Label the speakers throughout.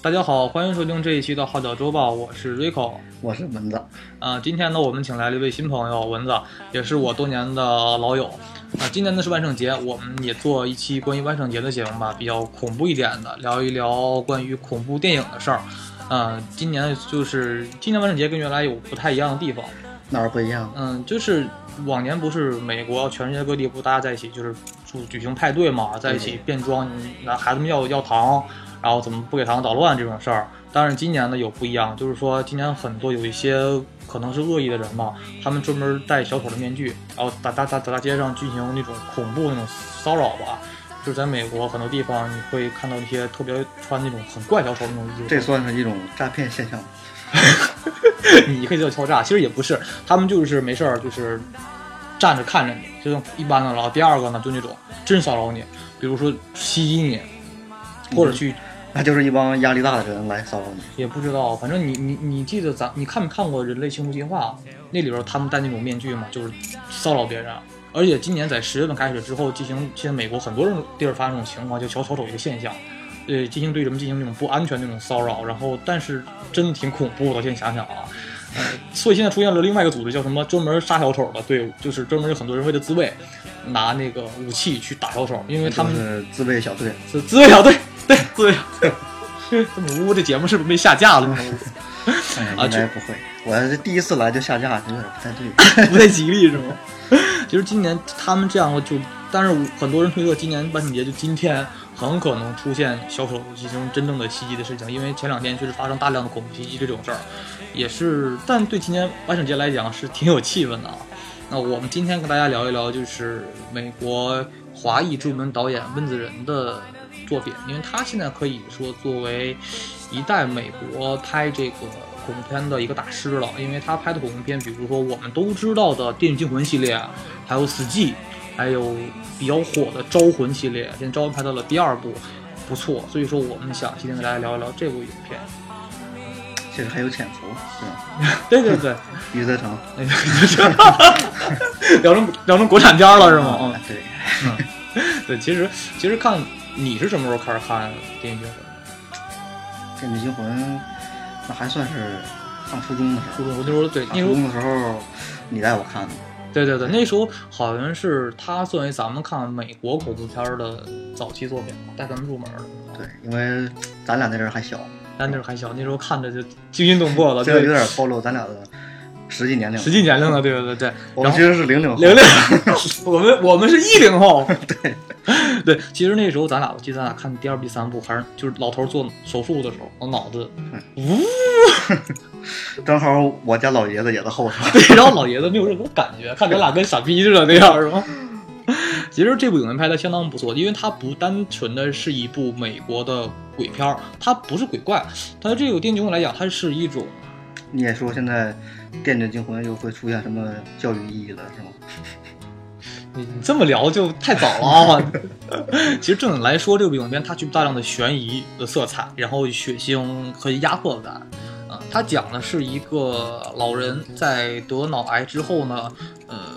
Speaker 1: 大家好，欢迎收听这一期的《号角周报》，我是 Rico。
Speaker 2: 我是蚊子，
Speaker 1: 啊、今天呢，我们请来了一位新朋友蚊子，也是我多年的老友。啊、今年呢是万圣节，我们也做一期关于万圣节的节目吧，比较恐怖一点的，聊一聊关于恐怖电影的事儿。嗯、今年就是今年万圣节跟原来有不太一样的地方。
Speaker 2: 哪儿不一样？
Speaker 1: 嗯，就是往年不是美国全世界各地不大家在一起就是举举行派对嘛，在一起变装，那孩子们要要糖，然后怎么不给糖捣乱这种事儿。但是今年呢有不一样，就是说今年很多有一些可能是恶意的人嘛，他们专门戴小丑的面具，然后打打打打大街上进行那种恐怖那种骚扰吧。就是在美国很多地方，你会看到一些特别穿那种很怪小丑的那种衣服，
Speaker 2: 这算是一种诈骗现象吗。
Speaker 1: 你可以叫敲诈，其实也不是，他们就是没事儿，就是站着看着你，就像一般的。然后第二个呢，就那种真骚扰你，比如说袭击你，或者去、
Speaker 2: 那就是一帮压力大的人来骚扰你。
Speaker 1: 也不知道，反正你你你记得咱你看没看过《人类幸福进化》那里边他们戴那种面具嘛，就是骚扰别人。而且今年在十月份开始之后，进行现在美国很多地儿发生这种情况，就小丑丑一个现象，呃，进行对人们进行那种不安全那种骚扰。然后，但是真的挺恐怖的，现在想想啊，呃，所以现在出现了另外一个组织，叫什么专门杀小丑的队伍，就是专门有很多人为了自卫，拿那个武器去打小丑，因为他们
Speaker 2: 就是自卫小队，
Speaker 1: 自自卫小队，对自卫小队。 这么污，这节目是不是被下架了？
Speaker 2: 哎呀
Speaker 1: 啊
Speaker 2: 应
Speaker 1: 这
Speaker 2: 该不会。我这第一次来就下架，有点不太对。
Speaker 1: 不太吉利是吗？ 其实今年他们这样就，但是我很多人推测今年万圣节就今天很可能出现小丑进行真正的袭击的事情，因为前两天确实发生大量的恐怖袭击这种事儿，也是，但对今年万圣节来讲是挺有气氛的啊。那我们今天跟大家聊一聊，就是美国华裔著名导演温子仁的作品，因为他现在可以说作为一代美国拍这个恐怖片的一个大师了，因为他拍的恐怖片，比如说我们都知道的《电锯惊魂》系列，还有《死寂》，还有比较火的《招魂》系列，现在《招魂》拍到了第二部，不错，所以说我们想今天跟大家聊一聊这部影片。
Speaker 2: 其实还有潜伏，对吧？
Speaker 1: 对对对，
Speaker 2: 余则成
Speaker 1: 那个就是聊成聊成国产片了是吗？嗯。
Speaker 2: 啊对，
Speaker 1: 对，其实其实看你是什么时候开始看电影学的？
Speaker 2: 《电锯惊魂》那还算是上初中的时
Speaker 1: 初
Speaker 2: 候。
Speaker 1: 中我那时候对
Speaker 2: 上
Speaker 1: 那时
Speaker 2: 初
Speaker 1: 候
Speaker 2: 中的时候，你带我看的。
Speaker 1: 对对对那时候好像是他作为咱们看美国恐怖片儿的早期作品吧，带咱们入门的。
Speaker 2: 对，因为咱俩那阵儿还小，
Speaker 1: 咱那时候还小，那时候看着就惊心动魄了，
Speaker 2: 这个有
Speaker 1: 啊对，
Speaker 2: 点暴露咱俩的实际年龄。
Speaker 1: 实际年龄了，对对对对。
Speaker 2: 我
Speaker 1: 然
Speaker 2: 们
Speaker 1: 后
Speaker 2: 其实是零零后。
Speaker 1: 零零，我们我们是一零 后。对对，其实那时候咱俩，我记得咱俩看第二、部、第三部，还是就是老头做手术的时候，我脑子呜
Speaker 2: 正好我家老爷子也在后头。
Speaker 1: 对，然后老爷子没有任何感觉，看咱俩跟傻逼似的那样，是吗？ 其实这部影片拍的相当不错，因为它不单纯的是一部美国的鬼片儿，它不是鬼怪，它这个电锯来讲，它是一种
Speaker 2: 你也说现在《电锯惊魂》又会出现什么教育意义了，是吗？
Speaker 1: 你你这么聊就太早了啊！ 其实正经来说，这部影片它具有大量的悬疑的色彩，然后血腥和压迫感。啊、它讲的是一个老人在得脑癌之后呢，呃，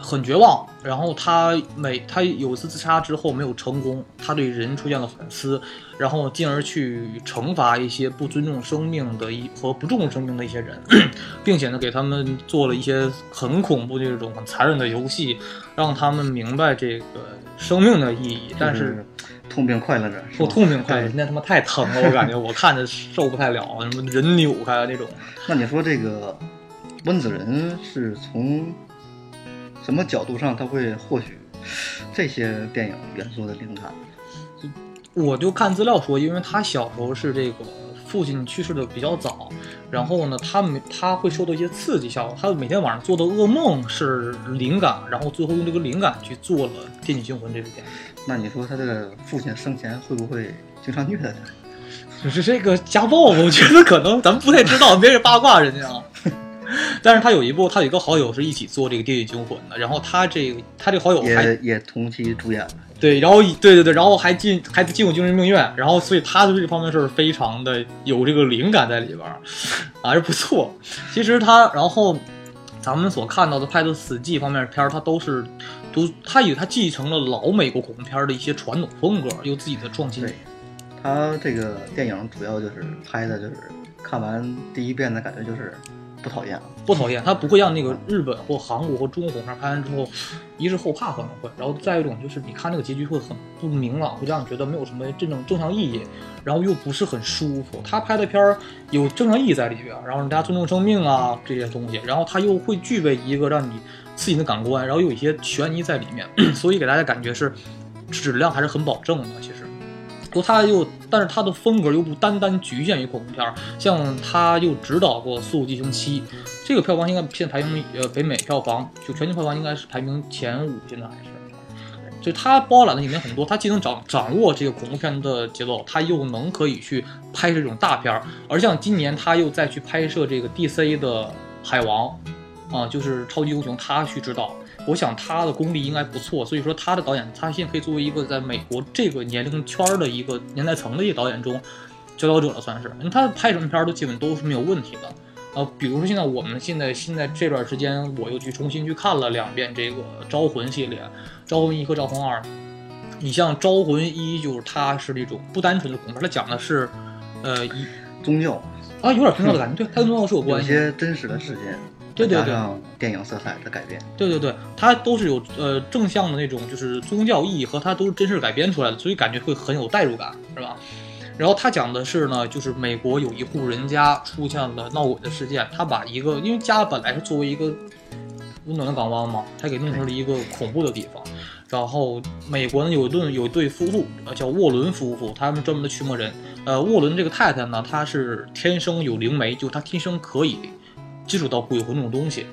Speaker 1: 很绝望，然后他每他有一次自杀之后没有成功，他对人出现了反思，然后进而去惩罚一些不尊重生命的一和不注重生命的一些人， 并且呢给他们做了一些很恐怖的这种很残忍的游戏，让他们明白这个生命的意义。但
Speaker 2: 嗯
Speaker 1: 是
Speaker 2: 就是痛并快乐着，是
Speaker 1: 我
Speaker 2: 吧
Speaker 1: 痛并快乐，
Speaker 2: 对
Speaker 1: 那他妈太疼了，我感觉我看着受不太了，什么人扭开啊那种。
Speaker 2: 那你说这个温子仁是从什么角度上他会获取这些电影元素的灵感？
Speaker 1: 我就看资料说，因为他小时候是这个父亲去世的比较早，然后呢，他每他会受到一些刺激效果，他每天晚上做的噩梦是灵感，然后最后用这个灵感去做了《电锯惊魂》这部电影。
Speaker 2: 那你说他的父亲生前会不会经常虐待他？
Speaker 1: 就是这个家暴，我觉得可能咱们不太知道，别人八卦人家啊。 但是他有一部，他有一个好友是一起做这个《电锯惊魂》的，然后他这个他这个好友还
Speaker 2: 也也同期主演了，
Speaker 1: 对，然后对对对，然后还进还进过精神病院，然后所以他对这方面事儿非常的有这个灵感在里边儿，啊还是不错。其实他，然后咱们所看到的拍的死寂方面的片儿，他都是都他以他继承了老美国恐怖片儿的一些传统风格，有自己的创新
Speaker 2: 对，他这个电影主要就是拍的就是看完第一遍的感觉就是不讨厌，
Speaker 1: 不讨厌，它不会让那个日本或韩国或中国恐怖片拍完之后，一是后怕可能会，然后再一种就是你看那个结局会很不明朗，会让你觉得没有什么真正正向意义，然后又不是很舒服。他拍的片儿有正向意义在里边，然后大家尊重生命啊这些东西，然后他又会具备一个让你刺激你的感官，然后又有一些悬疑在里面， 所以给大家感觉是质量还是很保证的，其实。不，他又，但是他的风格又不单单局限于恐怖片儿，像他又指导过《速度与激情七》，这个票房应该现在排名呃北美票房就全球票房应该是排名前五，现在还是。就他包揽的里面很多，他既能掌掌握这个恐怖片的节奏，他又能可以去拍摄这种大片儿，而像今年他又再去拍摄这个 DC 的《海王》，啊，就是超级英雄，他去指导，我想他的功力应该不错，所以说他的导演，他现在可以作为一个在美国这个年龄圈儿的一个年代层的一个导演中佼佼者了，算是。因为他拍什么片儿都基本都是没有问题的。呃，比如说现在我们现在现在这段时间，我又去重新去看了两遍这个《招魂》系列，《招魂一》和《招魂二》。你像《招魂一》，就是它是那种不单纯的恐怖片，它讲的是，呃，一
Speaker 2: 宗教
Speaker 1: 啊有点宗教的感觉，对，它跟宗教是有
Speaker 2: 嗯有
Speaker 1: 关系的。
Speaker 2: 些真实的事件，
Speaker 1: 对对
Speaker 2: 再
Speaker 1: 对
Speaker 2: 加上电影色彩的改变，
Speaker 1: 对对对，它都是有呃正向的那种，就是宗教意义和它都是真事改编出来的，所以感觉会很有代入感，是吧？然后他讲的是呢，就是美国有一户人家出现了闹鬼的事件，他把一个因为家本来是作为一个温暖的港湾嘛，他给弄成了一个恐怖的地方。然后美国呢有一对有一对夫妇，呃叫沃伦夫妇，他们专门的驱魔人。呃，沃伦这个太太呢，她是天生有灵媒，就她天生可以接触到鬼魂这种东西，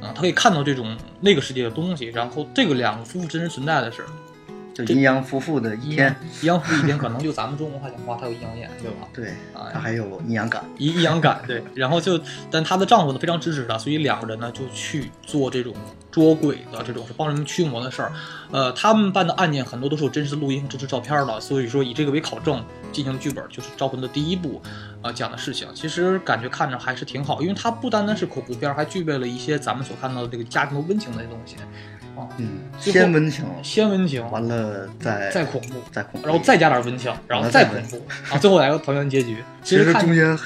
Speaker 1: 啊、她可以看到这种那个世界的东西。然后这个两个夫妇真实存在的事儿，
Speaker 2: 就阴阳夫妇的一天，
Speaker 1: 阴阳夫一天，可能就咱们中国话讲话，它有阴阳眼，对吧？
Speaker 2: 对，
Speaker 1: 啊、
Speaker 2: 他还有阴阳感，
Speaker 1: 一一阳感，对。然后就，但她的丈夫呢非常支持她，所以两个人呢就去做这种捉鬼的这种帮人驱魔的事儿。呃，他们办的案件很多都是有真实录音、真实照片的，所以说以这个为考证进行剧本，就是《招魂》的第一部，呃讲的事情。其实感觉看着还是挺好，因为它不单单是恐怖片儿，还具备了一些咱们所看到的这个家庭的温情的东西，啊，
Speaker 2: 嗯，
Speaker 1: 最后
Speaker 2: 先温情，
Speaker 1: 先温情，
Speaker 2: 完了再
Speaker 1: 再恐怖。
Speaker 2: 再恐怖，
Speaker 1: 然后再加点温情，然后再恐怖，啊，最后来个团圆结局。
Speaker 2: 其
Speaker 1: 其
Speaker 2: 实
Speaker 1: 实看
Speaker 2: 中间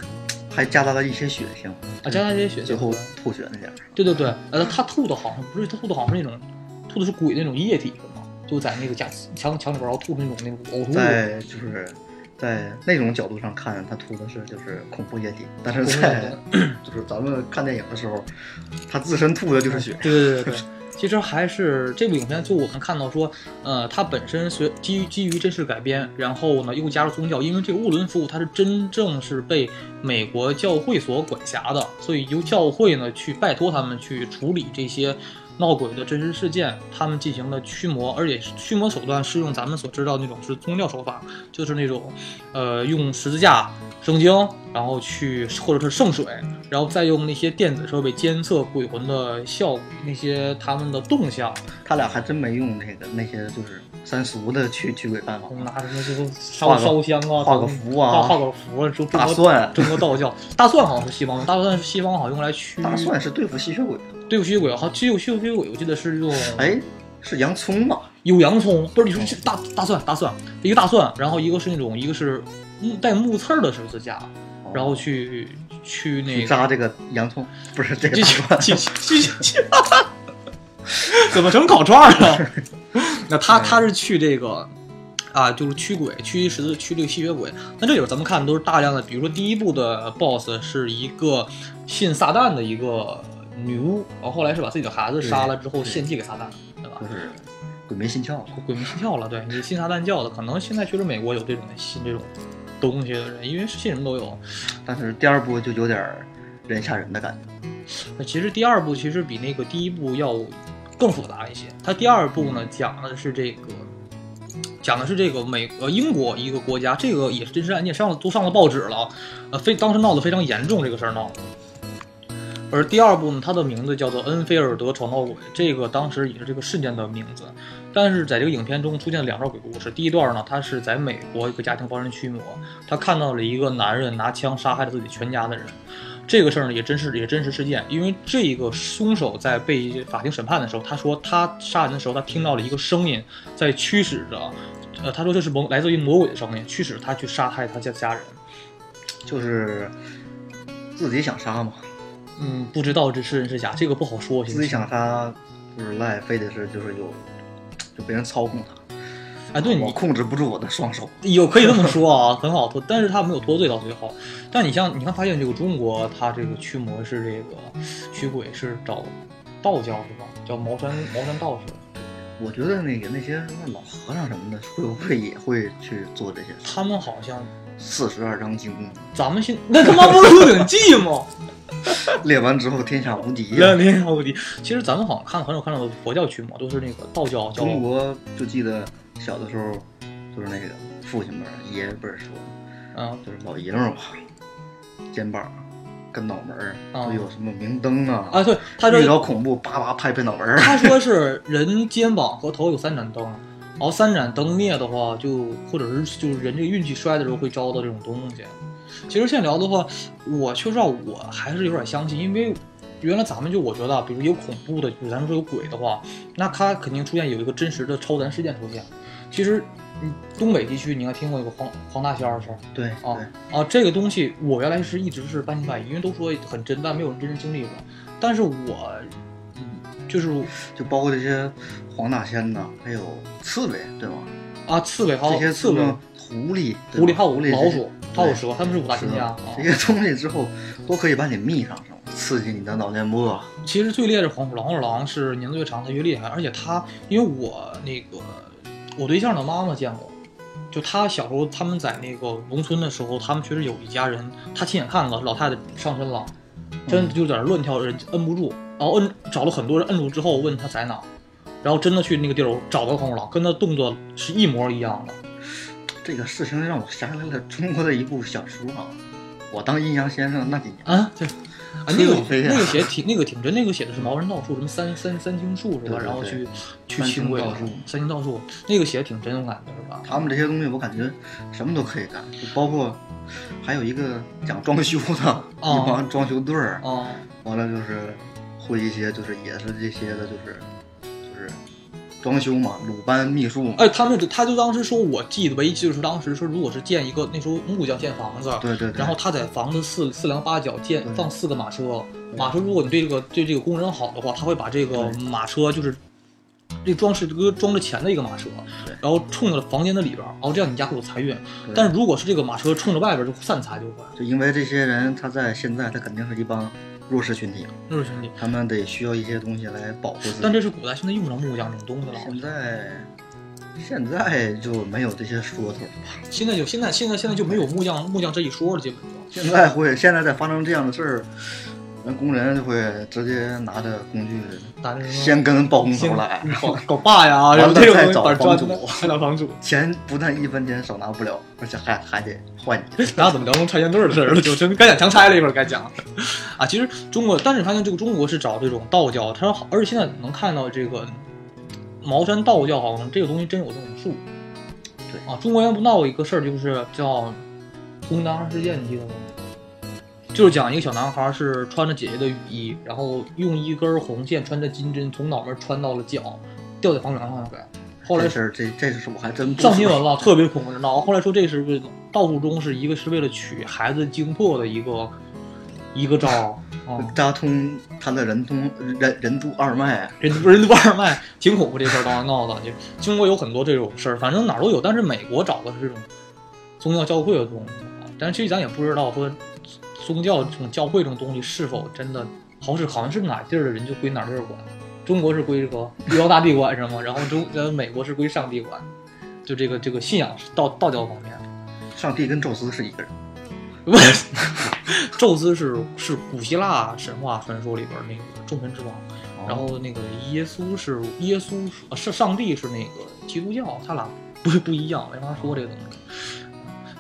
Speaker 2: 还夹杂了一些血腥，
Speaker 1: 啊，加上这些血腥，
Speaker 2: 最后吐血那点儿，
Speaker 1: 对对对，呃，他吐的好像不是，他吐的好像是那种吐的是鬼那种液体，是吗？就在那个家墙墙里边，然后吐出那种那种呕吐物。
Speaker 2: 在就是在那种角度上看，他吐的是就是恐怖液体，但是
Speaker 1: 恐怖
Speaker 2: 在 就是咱们看电影的时候，他自身吐的就是血。
Speaker 1: 对对对对对，其实还是这部影片，就我们看到说，呃，它本身随基于基于真实改编，然后呢又加入宗教，因为这个沃伦夫妇他是真正是被美国教会所管辖的，所以由教会呢去拜托他们去处理这些。闹鬼的真实事件，他们进行了驱魔，而且是驱魔手段是用咱们所知道那种是宗教手法，就是那种，呃，用十字架、圣经，然后去或者是圣水，然后再用那些电子设备监测鬼魂的效果，那些他们的动向，
Speaker 2: 他俩还真没用那个那些就是三俗的驱驱鬼办法，
Speaker 1: 啊拿什么这个
Speaker 2: 画
Speaker 1: 烧烧
Speaker 2: 个
Speaker 1: 香啊，
Speaker 2: 画个符啊
Speaker 1: 画画个符啊，中
Speaker 2: 大
Speaker 1: 中国
Speaker 2: 蒜
Speaker 1: 中国道教，大蒜好像是西方的，大蒜是西方好像用来驱
Speaker 2: 大蒜是对付吸血鬼的。
Speaker 1: 对付吸血鬼，好像驱吸血鬼，我记得是用
Speaker 2: 哎，是洋葱吧？
Speaker 1: 有洋葱，不是你说这大大蒜大蒜，一个大蒜，然后一个是那种一个是木带木刺儿的十字架，然后去去哦那
Speaker 2: 哦去
Speaker 1: 个
Speaker 2: 扎这个洋葱，不是这个
Speaker 1: 去
Speaker 2: 大
Speaker 1: 去
Speaker 2: 蒜。
Speaker 1: 去去去， 怎么成烤串儿了？ 那
Speaker 2: 哎
Speaker 1: 他他是去这个啊，就是驱鬼、驱十字、驱这个吸血鬼。那这里边咱们看的都是大量的，比如说第一部的 BOSS 是一个信撒旦的一个女巫，然后后来是把自己的孩子杀了之后
Speaker 2: 对
Speaker 1: 献祭给撒旦，对吧
Speaker 2: 就？是鬼迷心窍，
Speaker 1: 鬼迷心窍了，对，你是信撒旦教的，可能现在确实美国有这种信这种东西的人，因为信什么都有。
Speaker 2: 但是第二部就有点儿人吓人的感觉。
Speaker 1: 那其实第二部其实比那个第一部要更复杂一些。它第二部呢讲的是这个，讲的是这个美呃英国一个国家，这个也是真实案件，上了都上了报纸了，呃非当时闹得非常严重，这个事儿闹的。而第二部呢，它的名字叫做《恩菲尔德闯闹鬼》，这个当时也是这个事件的名字。但是在这个影片中出现了两段鬼故事。第一段呢，他是在美国一个家庭帮人驱魔，他看到了一个男人拿枪杀害了自己全家的人。这个事儿呢也真是也真实事件，因为这个凶手在被法庭审判的时候，他说他杀人的时候，他听到了一个声音在驱使着呃，他说这是魔来自于魔鬼的商业，驱使他去杀害他家家人。
Speaker 2: 就是自己想杀嘛，
Speaker 1: 嗯，不知道这是真是假，这个不好说。其
Speaker 2: 自己
Speaker 1: 实，
Speaker 2: 想杀就是赖，非得是就是有就别人操控他，
Speaker 1: 哎，对
Speaker 2: 我
Speaker 1: 你
Speaker 2: 控制不住我的双手。
Speaker 1: 有可以这么说啊，很好脱，但是他没有脱罪到最后。但你像你看，发现这个中国，他这个驱魔是这个驱鬼是找道教是吧？叫茅山茅山道士，
Speaker 2: 我觉得那个那些什么老和尚什么的，会不会也会去做这些事？
Speaker 1: 他们好像
Speaker 2: 四十二章经
Speaker 1: 咱们现那他妈不是《鹿鼎记》吗？
Speaker 2: 练完之后天下无敌。
Speaker 1: 两年无敌。其实咱们好像看很少看到佛教驱魔，都是那个道教叫
Speaker 2: 中国就记得小的时候，就是那个父亲辈儿、爷爷辈儿说，
Speaker 1: 嗯
Speaker 2: 就是老爷们儿吧，肩膀跟脑门儿
Speaker 1: 啊
Speaker 2: 都有什么明灯啊，
Speaker 1: 啊，对，他说
Speaker 2: 遇
Speaker 1: 哦
Speaker 2: 到恐怖叭叭拍拍脑门儿。
Speaker 1: 他说是人肩膀和头有三盏灯，然后三盏灯灭的话，就或者是就是人这个运气衰的时候会招到这种东西。其实现在聊的话，我确实啊我还是有点相信，因为原来咱们就我觉得啊，比如有恐怖的，比如咱们说有鬼的话，那它肯定出现有一个真实的超自然事件出现。其实，嗯，东北地区你应该听过一个黄黄大仙儿的事儿。
Speaker 2: 对
Speaker 1: 啊
Speaker 2: 对，
Speaker 1: 啊，这个东西我原来是一直是半信半疑，因为都说很真，但没有人真正经历过。但是我，嗯，就是
Speaker 2: 就包括这些黄大仙呐，还有刺猬，对吗？
Speaker 1: 啊，刺猬还
Speaker 2: 这
Speaker 1: 有
Speaker 2: 些
Speaker 1: 刺猬、
Speaker 2: 什么狐狸、对
Speaker 1: 狐狸
Speaker 2: 吧
Speaker 1: 还有
Speaker 2: 狐狸、
Speaker 1: 老鼠，还有
Speaker 2: 对
Speaker 1: 蛇，他们是五大
Speaker 2: 蛇
Speaker 1: 金家。啊
Speaker 2: 这些东西之后都可以把你密上上，刺激你的脑电波。
Speaker 1: 其实最烈是黄鼠狼，黄鼠狼是年头越长它越厉害，而且它因为我那个我对象的妈妈见过，就她小时候他们在那个农村的时候，他们确实有一家人，她亲眼看到老太太上身了，真的就在那儿乱跳，人摁不住，然后摁找了很多人摁住之后问她在哪儿，然后真的去那个地儿找到黄鼠狼，跟她动作是一模一样的。
Speaker 2: 这个事情让我想起来了中国的一部小说啊，我当阴阳先生那几年，
Speaker 1: 啊，对，啊，那
Speaker 2: 崔
Speaker 1: 个
Speaker 2: 永飞呀
Speaker 1: 那个写挺那个挺真，那个写的是茅山道术，什么三三三清术是
Speaker 2: 对
Speaker 1: 吧？
Speaker 2: 对
Speaker 1: 然后
Speaker 2: 对
Speaker 1: 去去
Speaker 2: 三
Speaker 1: 清
Speaker 2: 清
Speaker 1: 鬼
Speaker 2: 道
Speaker 1: 了
Speaker 2: 术
Speaker 1: 三清道术，那个写的挺真，我感觉是吧？
Speaker 2: 他们这些东西我感觉什么都可以干，就包括还有一个讲装修的，
Speaker 1: 哦
Speaker 2: 一帮装修队儿，
Speaker 1: 啊，
Speaker 2: 完了就是会一些就是也是这些的，就是就是装修嘛，鲁班秘术嘛，
Speaker 1: 哎，他们就他就当时说，我记得唯一就是当时说，如果是建一个那时候木匠建房子，
Speaker 2: 对对对，
Speaker 1: 然后他在房子四四梁八角建
Speaker 2: 对
Speaker 1: 放四个马车，
Speaker 2: 对
Speaker 1: 马车如果你对这个对这个工人好的话，他会把这个
Speaker 2: 对
Speaker 1: 马车就是这装饰搁装着钱的一个马车
Speaker 2: 对，
Speaker 1: 然后冲到房间的里边儿，然后这样你家会有财运。
Speaker 2: 对
Speaker 1: 但是如果是这个马车冲着外边儿，就散财就会。
Speaker 2: 就因为这些人他在现在他肯定是一帮弱势群体，
Speaker 1: 那是兄弟，
Speaker 2: 他们得需要一些东西来保护自己。
Speaker 1: 但这是古代，现在用不着木匠这种东西了。
Speaker 2: 现在现在就没有这些说头了，
Speaker 1: 现在就现在现在现在就没有木匠木匠这一说了，基本就。
Speaker 2: 现在会现在在发生这样的事儿，人工人就会直接拿着工具
Speaker 1: 打那什么
Speaker 2: 先跟包工头来，
Speaker 1: 搞搞爸呀，
Speaker 2: 完
Speaker 1: 然
Speaker 2: 了
Speaker 1: 后这
Speaker 2: 再
Speaker 1: 种东西
Speaker 2: 找
Speaker 1: 板砖
Speaker 2: 房主
Speaker 1: 的，再找房主。
Speaker 2: 钱不但一分钱少拿不了，而且还还得换你。
Speaker 1: 那怎么聊成拆迁队的事儿了？就真该讲强拆了，一会儿该讲。啊，其实中国，但是你发现这个中国是找这种道教，它好，而且现在能看到这个茅山道教，好像这个东西真有这种术。
Speaker 2: 对
Speaker 1: 啊，中国原来不闹一个事儿，就是叫红男孩事件，你记得吗？就是讲一个小男孩是穿着姐姐的雨衣，然后用一根红线穿着金针从脑门穿到了脚，掉在房梁上了。 后来
Speaker 2: 这事儿这这事儿我还真不
Speaker 1: 上新闻了，特别恐怖。然后后来说这是为道术中是一个是为了取孩子精魄的一个一个招儿啊，
Speaker 2: 扎通他的人通人人督二脉，
Speaker 1: 人人不二脉，挺恐怖这事儿，当然闹的。就中国有很多这种事儿，反正哪儿都有，但是美国找的是这种宗教教会的东西啊，但是其实咱也不知道说宗教这种教会这种东西是否真的好使，好像是哪地儿的人就归哪地儿管，中国是归这个玉皇大帝管是吗？然后中呃美国是归上帝管，就这个这个信仰是道道教方面。
Speaker 2: 上帝跟宙斯是一个人。
Speaker 1: 宙斯是是古希腊神话传说里边那个众神之王，
Speaker 2: 哦
Speaker 1: 然后那个耶稣是耶稣是呃是上帝是那个基督教，他俩不不一样，没法说这个东西。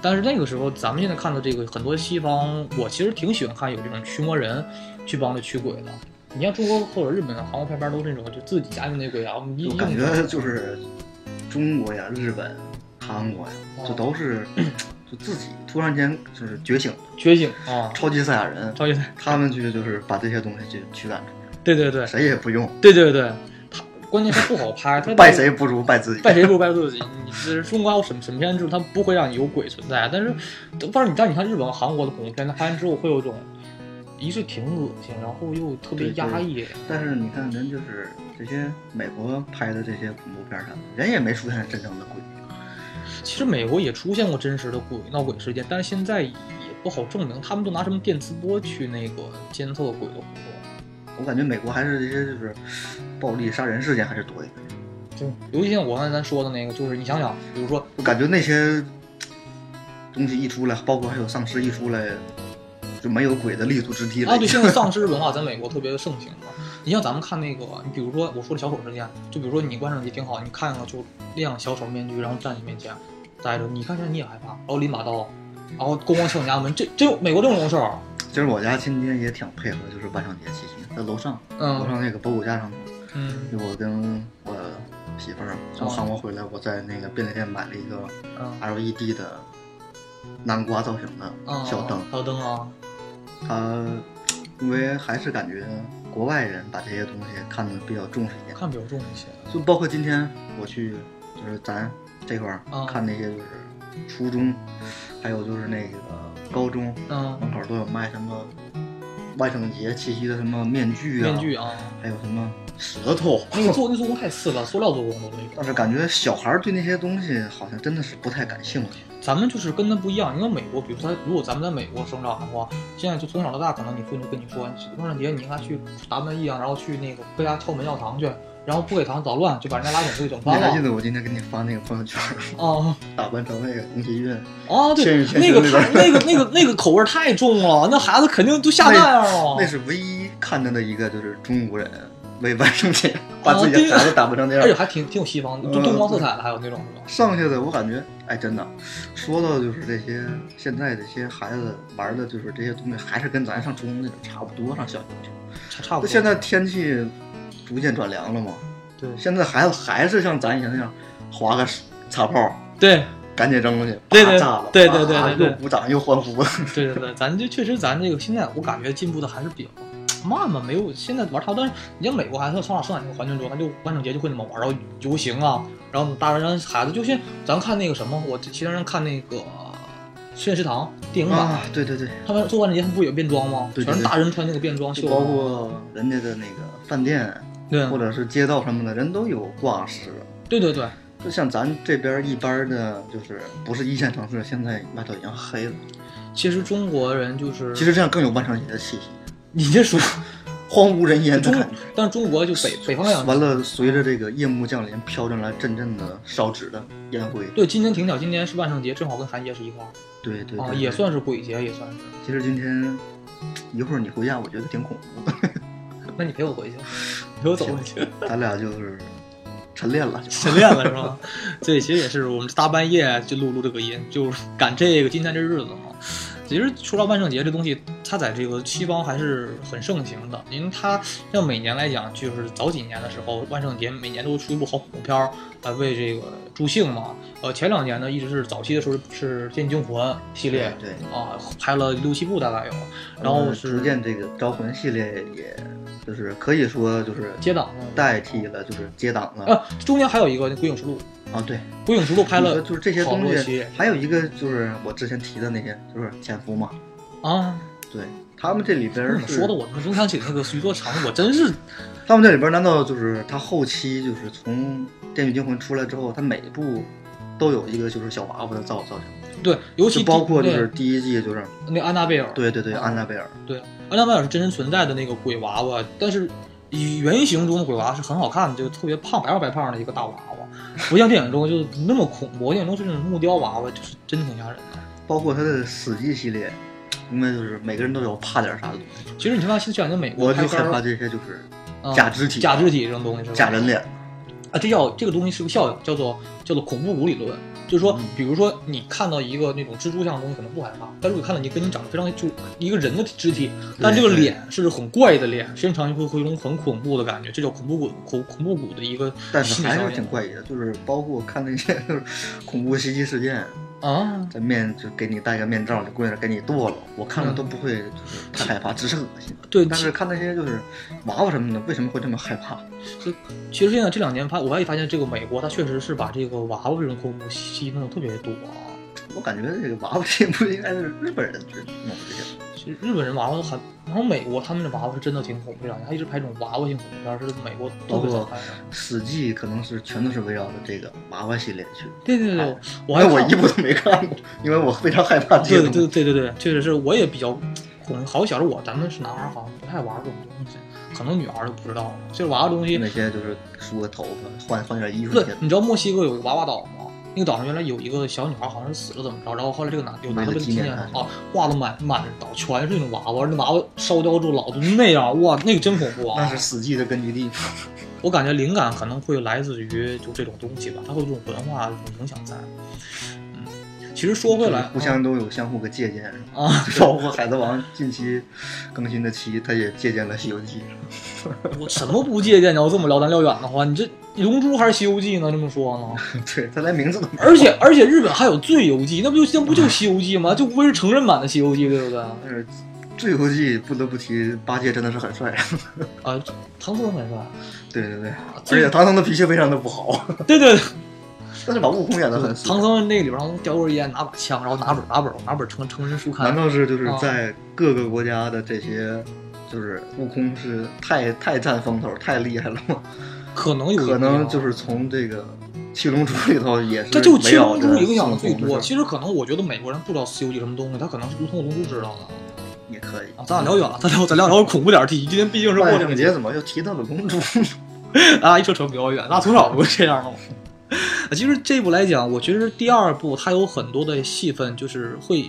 Speaker 1: 但是那个时候，咱们现在看到这个很多西方，我其实挺喜欢看有这种驱魔人去帮着驱鬼的。你像中国或者日本、韩国片边都是那种就自己家用那鬼啊，一
Speaker 2: 就
Speaker 1: 用
Speaker 2: 感觉就是中国呀、日本、韩国呀，
Speaker 1: 哦
Speaker 2: 这都是 就自己突然间就是觉醒，
Speaker 1: 觉醒啊，
Speaker 2: 超级赛亚人，
Speaker 1: 超级赛，
Speaker 2: 他们去就是把这些东西去驱赶出，
Speaker 1: 对对对，
Speaker 2: 谁也不用。
Speaker 1: 对对对，他关键它不好拍， 它
Speaker 2: 拜谁不如拜自己。
Speaker 1: 拜谁不如拜自己。你是中国还有审审片制度，它不会让你有鬼存在。但是，
Speaker 2: 嗯
Speaker 1: 但是你但你看日本、韩国的恐怖片，它拍完之后会有一种，一是挺恶心，然后又特别
Speaker 2: 对对
Speaker 1: 压抑。
Speaker 2: 但是你看，人就是这些美国拍的这些恐怖片儿上，人也没出现真正的鬼。
Speaker 1: 其实美国也出现过真实的鬼闹鬼事件，但是现在也不好证明，他们都拿什么电磁波去那个监测鬼的活动。
Speaker 2: 我感觉美国还是这些就是暴力杀人事件还是多一点，
Speaker 1: 就尤其像我刚才咱说的那个，就是你想想，比如说
Speaker 2: 就感觉那些东西一出来，包括还有丧尸一出来，就没有鬼的立足之地了。
Speaker 1: 啊， 对，现在丧尸文化在美国特别的盛行嘛。你像咱们看那个，你比如说我说的小丑事件，就比如说你观赏期挺好，你看了就亮小丑面具，然后站你面前待着，你看见你也害怕，然后拎把刀，然后咣咣敲你家门，这这有美国这种事儿，
Speaker 2: 今儿我家今天也挺配合，就是万圣节期间，在楼上楼
Speaker 1: 嗯
Speaker 2: 上那个博古架上头，
Speaker 1: 嗯
Speaker 2: 就我跟我媳妇儿
Speaker 1: 哦
Speaker 2: 从韩国回来，我在那个便利店买了一个
Speaker 1: 嗯
Speaker 2: LED 的南瓜造型的
Speaker 1: 嗯，
Speaker 2: 小灯，
Speaker 1: 小灯啊，
Speaker 2: 它因为还是感觉国外人把这些东西看得比较重视一点，
Speaker 1: 看比较重一些，
Speaker 2: 就包括今天我去就是咱这块儿
Speaker 1: 嗯
Speaker 2: 看那些就是初中，还有就是那个高中
Speaker 1: 嗯，
Speaker 2: 门口都有卖什么万圣节气息的什么面具啊，
Speaker 1: 面具 啊，
Speaker 2: 还有什么舌头，
Speaker 1: 那个做那做工太次了，塑料做工都那
Speaker 2: 但
Speaker 1: 个。
Speaker 2: 是感觉小孩儿对那些东西好像真的是不太感兴趣。
Speaker 1: 咱们就是跟他不一样，因为美国，比如说他，如果咱们在美国生长的话，现在就从小到大，可能你父母跟你说，万圣节你应该去达文艺啊，然后去那个各家敲门要糖去，然后不给糖捣乱，就把人家拉走，就给整
Speaker 2: 你
Speaker 1: 翻
Speaker 2: 还记
Speaker 1: 了。
Speaker 2: 得我今天给你发那个朋友圈儿，
Speaker 1: 哦
Speaker 2: 打扮成那个宫崎骏，
Speaker 1: 哦，对
Speaker 2: 千与，千
Speaker 1: 那
Speaker 2: 寻
Speaker 1: 个
Speaker 2: 里边
Speaker 1: 太那个那个那个口味太重了，那孩子肯定都吓那样了。
Speaker 2: 那是唯一看到的一个就是中国人为万圣节
Speaker 1: 哦
Speaker 2: 把自己的孩子打扮成那
Speaker 1: 而且
Speaker 2: 样。
Speaker 1: 还挺挺有西方的，就东方色彩的，还有那种是吧？
Speaker 2: 剩下的我感觉，哎，真的，说到就是这些现在这些孩子玩的就是这些东西，还是跟咱上初中那种差不多，上小学那种。
Speaker 1: 差差不
Speaker 2: 那
Speaker 1: 多。
Speaker 2: 现在天气逐渐转凉了嘛，
Speaker 1: 对
Speaker 2: 现在孩子还是像咱以前那样划个擦炮，
Speaker 1: 对
Speaker 2: 赶紧扔出去，
Speaker 1: 对
Speaker 2: 啪
Speaker 1: 对
Speaker 2: 炸了，
Speaker 1: 对对对
Speaker 2: 啪
Speaker 1: 对对
Speaker 2: 又鼓掌又欢呼。
Speaker 1: 对对对，咱就确实咱这个现在我感觉进步的还是比较慢嘛，没有现在玩它，但是你像美国孩子从小生长这个环境中，他就万圣节就会那么玩，然后游行啊，然后大人让孩子就像咱看那个什么，我前段时间看那个《实验食堂》电影版，
Speaker 2: 啊，对对对，
Speaker 1: 他们做万圣节他们不也有变装吗？
Speaker 2: 对对
Speaker 1: 全是
Speaker 2: 对
Speaker 1: 大人穿那个便装
Speaker 2: 就
Speaker 1: 秀，
Speaker 2: 包括人家的那个饭店
Speaker 1: 对
Speaker 2: 或者是街道什么的，人都有挂饰。
Speaker 1: 对对对，
Speaker 2: 就像咱这边一般的，就是不是一线城市，现在外头已经黑了。
Speaker 1: 其实中国人就是，
Speaker 2: 其实这样更有万圣节的气息，
Speaker 1: 你这说
Speaker 2: 荒无人烟的
Speaker 1: 中
Speaker 2: 感觉。，
Speaker 1: 但是中国就北北方两
Speaker 2: 完了，随着这个夜幕降临，飘进来阵阵的烧纸的烟灰。
Speaker 1: 对，今年挺巧，今年是万圣节，正好跟韩节是一块儿
Speaker 2: 对对
Speaker 1: 啊，
Speaker 2: 对，
Speaker 1: 也
Speaker 2: 对。
Speaker 1: 算是鬼节，也算是。
Speaker 2: 其实今天一会儿你回家，我觉得挺恐怖的。
Speaker 1: 那你陪我回去，你陪我走回去，
Speaker 2: 咱俩就是晨练了，就
Speaker 1: 晨练了是吧？对，其实也是我们大半夜就录录这个音，就是赶这个今天这日子嘛。其实说到万圣节这东西，它在这个西方还是很盛行的，因为它像每年来讲，就是早几年的时候，万圣节每年都出一部好恐怖片儿来为这个助兴嘛。呃，前两年呢，一直是早期的时候是《电锯惊魂》系列
Speaker 2: 对，
Speaker 1: 啊，拍了六七部大概有，然后
Speaker 2: 呃
Speaker 1: 是
Speaker 2: 逐渐这个招魂系列，也就是可以说就是
Speaker 1: 接档了
Speaker 2: 代替了就是接档了
Speaker 1: 啊，中间还有一个《鬼影实录》，
Speaker 2: 啊，对，
Speaker 1: 《鬼影实录》呃拍
Speaker 2: 你
Speaker 1: 了
Speaker 2: 说就是这些
Speaker 1: 好
Speaker 2: 东
Speaker 1: 多
Speaker 2: 西
Speaker 1: 期，
Speaker 2: 还有一个就是我之前提的那些，就是潜伏嘛，
Speaker 1: 啊。
Speaker 2: 对他们这里边
Speaker 1: 你
Speaker 2: 儿
Speaker 1: 们
Speaker 2: 是
Speaker 1: 说的我他妈真想起那个徐作长，我真是
Speaker 2: 他们这里边儿难道就是他后期就是从《电锯惊魂》出来之后，他每一部都有一个就是小娃娃的造造型，
Speaker 1: 对，尤其
Speaker 2: 就包括就是第一季就是
Speaker 1: 那那安娜贝尔，
Speaker 2: 对对对
Speaker 1: 哦
Speaker 2: 安娜贝尔，
Speaker 1: 对，安娜贝尔是真实存在的那个鬼娃娃，但是以原型中的鬼娃娃是很好看的，就特别胖，白胖白胖的一个大娃娃，不像电影中就那么恐怖，电影中是那种木雕娃娃，就是真挺吓人的。
Speaker 2: 包括他的死寂系列，应该就是每个人都有怕点儿啥的东西，
Speaker 1: 其实你看，现在像美国
Speaker 2: 我
Speaker 1: 拍
Speaker 2: 就
Speaker 1: 片
Speaker 2: 害怕
Speaker 1: 儿，
Speaker 2: 这些就是
Speaker 1: 嗯
Speaker 2: 假肢体、
Speaker 1: 假肢体这种东西是吧？
Speaker 2: 假人脸，
Speaker 1: 啊，这叫这个东西是个效应，叫做叫做恐怖谷理论。就是说
Speaker 2: 嗯，
Speaker 1: 比如说你看到一个那种蜘蛛像的东西，可能不害怕；但如果看到你跟你长得非常就是一个人的肢体，但这个
Speaker 2: 对
Speaker 1: 脸是很怪的脸，时间长就会会有一种很恐怖的感觉，这叫恐怖谷恐恐怖谷的一个
Speaker 2: 但是
Speaker 1: 心理
Speaker 2: 还
Speaker 1: 效
Speaker 2: 是挺
Speaker 1: 应。
Speaker 2: 怪异的，就是包括看那些就是恐怖袭击事件，
Speaker 1: 啊，
Speaker 2: 这面就给你戴个面罩，就跪那儿给你剁了。我看了都不会，就是太害怕，只是恶心。
Speaker 1: 嗯对，
Speaker 2: 但
Speaker 1: 其
Speaker 2: 是看那些就是娃娃什么的，为什么会这么害怕？
Speaker 1: 其实现在这两年发，我还发现这个美国，它确实是把这个娃娃这种恐怖戏弄得特别多啊。
Speaker 2: 我感觉这个娃娃 这不应该是日本人去弄这些？
Speaker 1: 其实日本人娃娃都很，然后美国他们的娃娃是真的挺恐怖，这两年他一直拍这种娃娃性恐怖片儿，是美国特
Speaker 2: 哦
Speaker 1: 别早拍的。
Speaker 2: 《死寂》可能是全都是围绕着这个娃娃系列去。
Speaker 1: 对对对，我还
Speaker 2: 哎，我
Speaker 1: 看
Speaker 2: 一部都没看过，因为我非常害怕这
Speaker 1: 对
Speaker 2: 种。
Speaker 1: 对对对对，确实是，我也比较恐。好小时候我咱们是男孩儿，好像不太玩这种东西，可能女孩儿就不知道了。就是娃娃东西，
Speaker 2: 那些就是梳个头发，换换件衣服
Speaker 1: 对
Speaker 2: 去，，
Speaker 1: 你知道墨西哥有个娃娃岛吗？那个岛上原来有一个小女孩，好像是死了怎么着，然后后来这个男有拿
Speaker 2: 为了
Speaker 1: 这个纪
Speaker 2: 纪念
Speaker 1: 念
Speaker 2: 她
Speaker 1: 啊，画的满满岛全是那种娃娃，那娃娃烧焦之后老的那样，哇，那个真恐怖
Speaker 2: 那
Speaker 1: 啊
Speaker 2: 是！死寂的根据地。
Speaker 1: 我感觉灵感可能会来自于就这种东西吧，它会有这种文化这种影响在。嗯，其实说回来，
Speaker 2: 互相都有相互个借鉴，
Speaker 1: 啊，
Speaker 2: 包括《海贼王》近期更新的棋，他也借鉴了《西游记
Speaker 1: 我什么不借鉴？你要这么聊，咱聊远的话，你这《龙珠》还是《西游记》呢？这么说呢？》
Speaker 2: 对他连名字都没有。
Speaker 1: 而且而且日本还有《醉游记》，那不就那不就《西游记》吗？就无非是成人版的《西游记》，对不对？
Speaker 2: 但是《最游记》不得不提，八戒真的是很帅。
Speaker 1: 啊，唐僧很帅，
Speaker 2: 对对对，而
Speaker 1: 这
Speaker 2: 且唐僧的脾气非常的 不好，
Speaker 1: 对对，对
Speaker 2: 但是把悟空演的很死。
Speaker 1: 唐僧那里边叼根烟，拿把枪，然后拿本拿本拿本成成人书
Speaker 2: 难
Speaker 1: 看，
Speaker 2: 道是就是
Speaker 1: 啊
Speaker 2: 在各个国家的这些，就是悟空是太太占风头，太厉害了吗？
Speaker 1: 可能有一
Speaker 2: 可能
Speaker 1: 定
Speaker 2: 就是从这个《七龙珠》里头也是
Speaker 1: 这就七
Speaker 2: 围绕
Speaker 1: 龙
Speaker 2: 着
Speaker 1: 珠影响的最
Speaker 2: 孙悟
Speaker 1: 多。
Speaker 2: 空的事
Speaker 1: 其实可能我觉得美国人不知道《西游记》什么东西，他可能是通过龙珠知道的。
Speaker 2: 儿也可以
Speaker 1: 啊，咱俩聊远了，咱聊咱俩聊恐怖点儿题。今天毕竟是过
Speaker 2: 万
Speaker 1: 年
Speaker 2: 圣节怎么又提到了龙珠？
Speaker 1: 啊，一说扯比较远，那从小不是这样的吗？啊其实这部来讲，我觉得第二部它有很多的戏份，就是会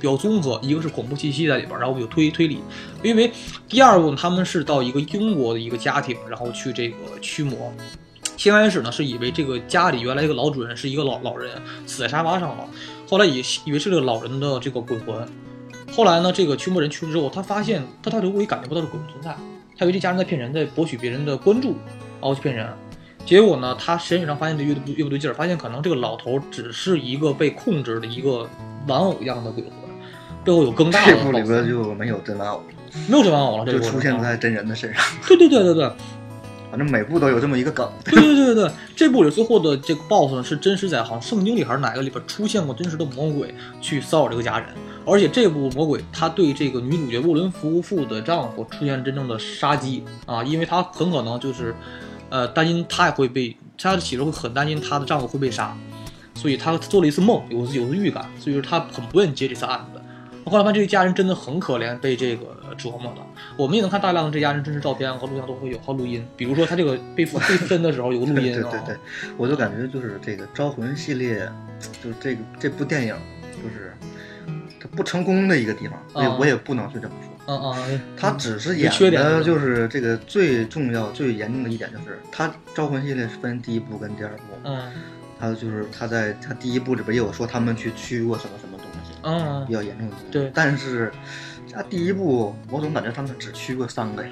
Speaker 1: 比较综合，一个是恐怖气息在里边儿，然后有推推理，因为第二部他们是到一个英国的一个家庭，然后去这个驱魔。先开始呢是以为这个家里原来一个老主人是一个老老人死在沙发上了，后来以以为是这个老人的这个鬼魂，后来呢这个驱魔人去世之后，他发现他他刘也感觉不到这鬼魂存在，他以为这家人在骗人，在博取别人的关注，然后去骗人。结果呢，他身上发现这越不越不对劲儿，发现可能这个老头只是一个被控制的一个玩偶一样的鬼魂，背后有更大的
Speaker 2: 这部里
Speaker 1: boss
Speaker 2: 边就没有真玩偶，
Speaker 1: 没有这玩偶了，这
Speaker 2: 就
Speaker 1: 个
Speaker 2: 出
Speaker 1: 我
Speaker 2: 现
Speaker 1: 知道
Speaker 2: 在真人的身上。
Speaker 1: 对对对对对
Speaker 2: 反正每部都有这么一个梗。
Speaker 1: 对对对对对，这部里最后的这个 BOSS 呢是真实在好像圣经里还是哪个里边出现过真实的魔鬼去骚扰这个家人，而且这部魔鬼他对这个女主角沃伦夫妇的丈夫出现真正的杀机啊，因为她很可能就是，呃，担心她也会被，她的媳妇会很担心她的丈夫会被杀，所以她做了一次梦，有有了预感，所以说她很不愿意接这次案子。后来发现这一家人真的很可怜，被这个呃折磨的。我们也能看大量的这家人真实照片和录像都会有，和录音。比如说他这个被附被附身的时候有个录
Speaker 2: 对
Speaker 1: 音
Speaker 2: 对
Speaker 1: 啊，
Speaker 2: 对对，我就感觉就是这个《招魂》系列，就是这个这部电影，就是它不成功的一个地方。我也、
Speaker 1: 啊
Speaker 2: 我也不能是这么说，
Speaker 1: 嗯嗯，
Speaker 2: 它只是
Speaker 1: 有
Speaker 2: 演
Speaker 1: 缺点是
Speaker 2: 的
Speaker 1: 吧
Speaker 2: 就是这个最重要、最严重的一点就是，它《招魂》系列是分第一部跟第二部，
Speaker 1: 嗯
Speaker 2: 它就是它在它第一部里边也有说他们去驱过什么什么东西，
Speaker 1: 嗯
Speaker 2: 比较严重的东西。
Speaker 1: 对
Speaker 2: 但是它第一部我总感觉他们只驱过三个呀，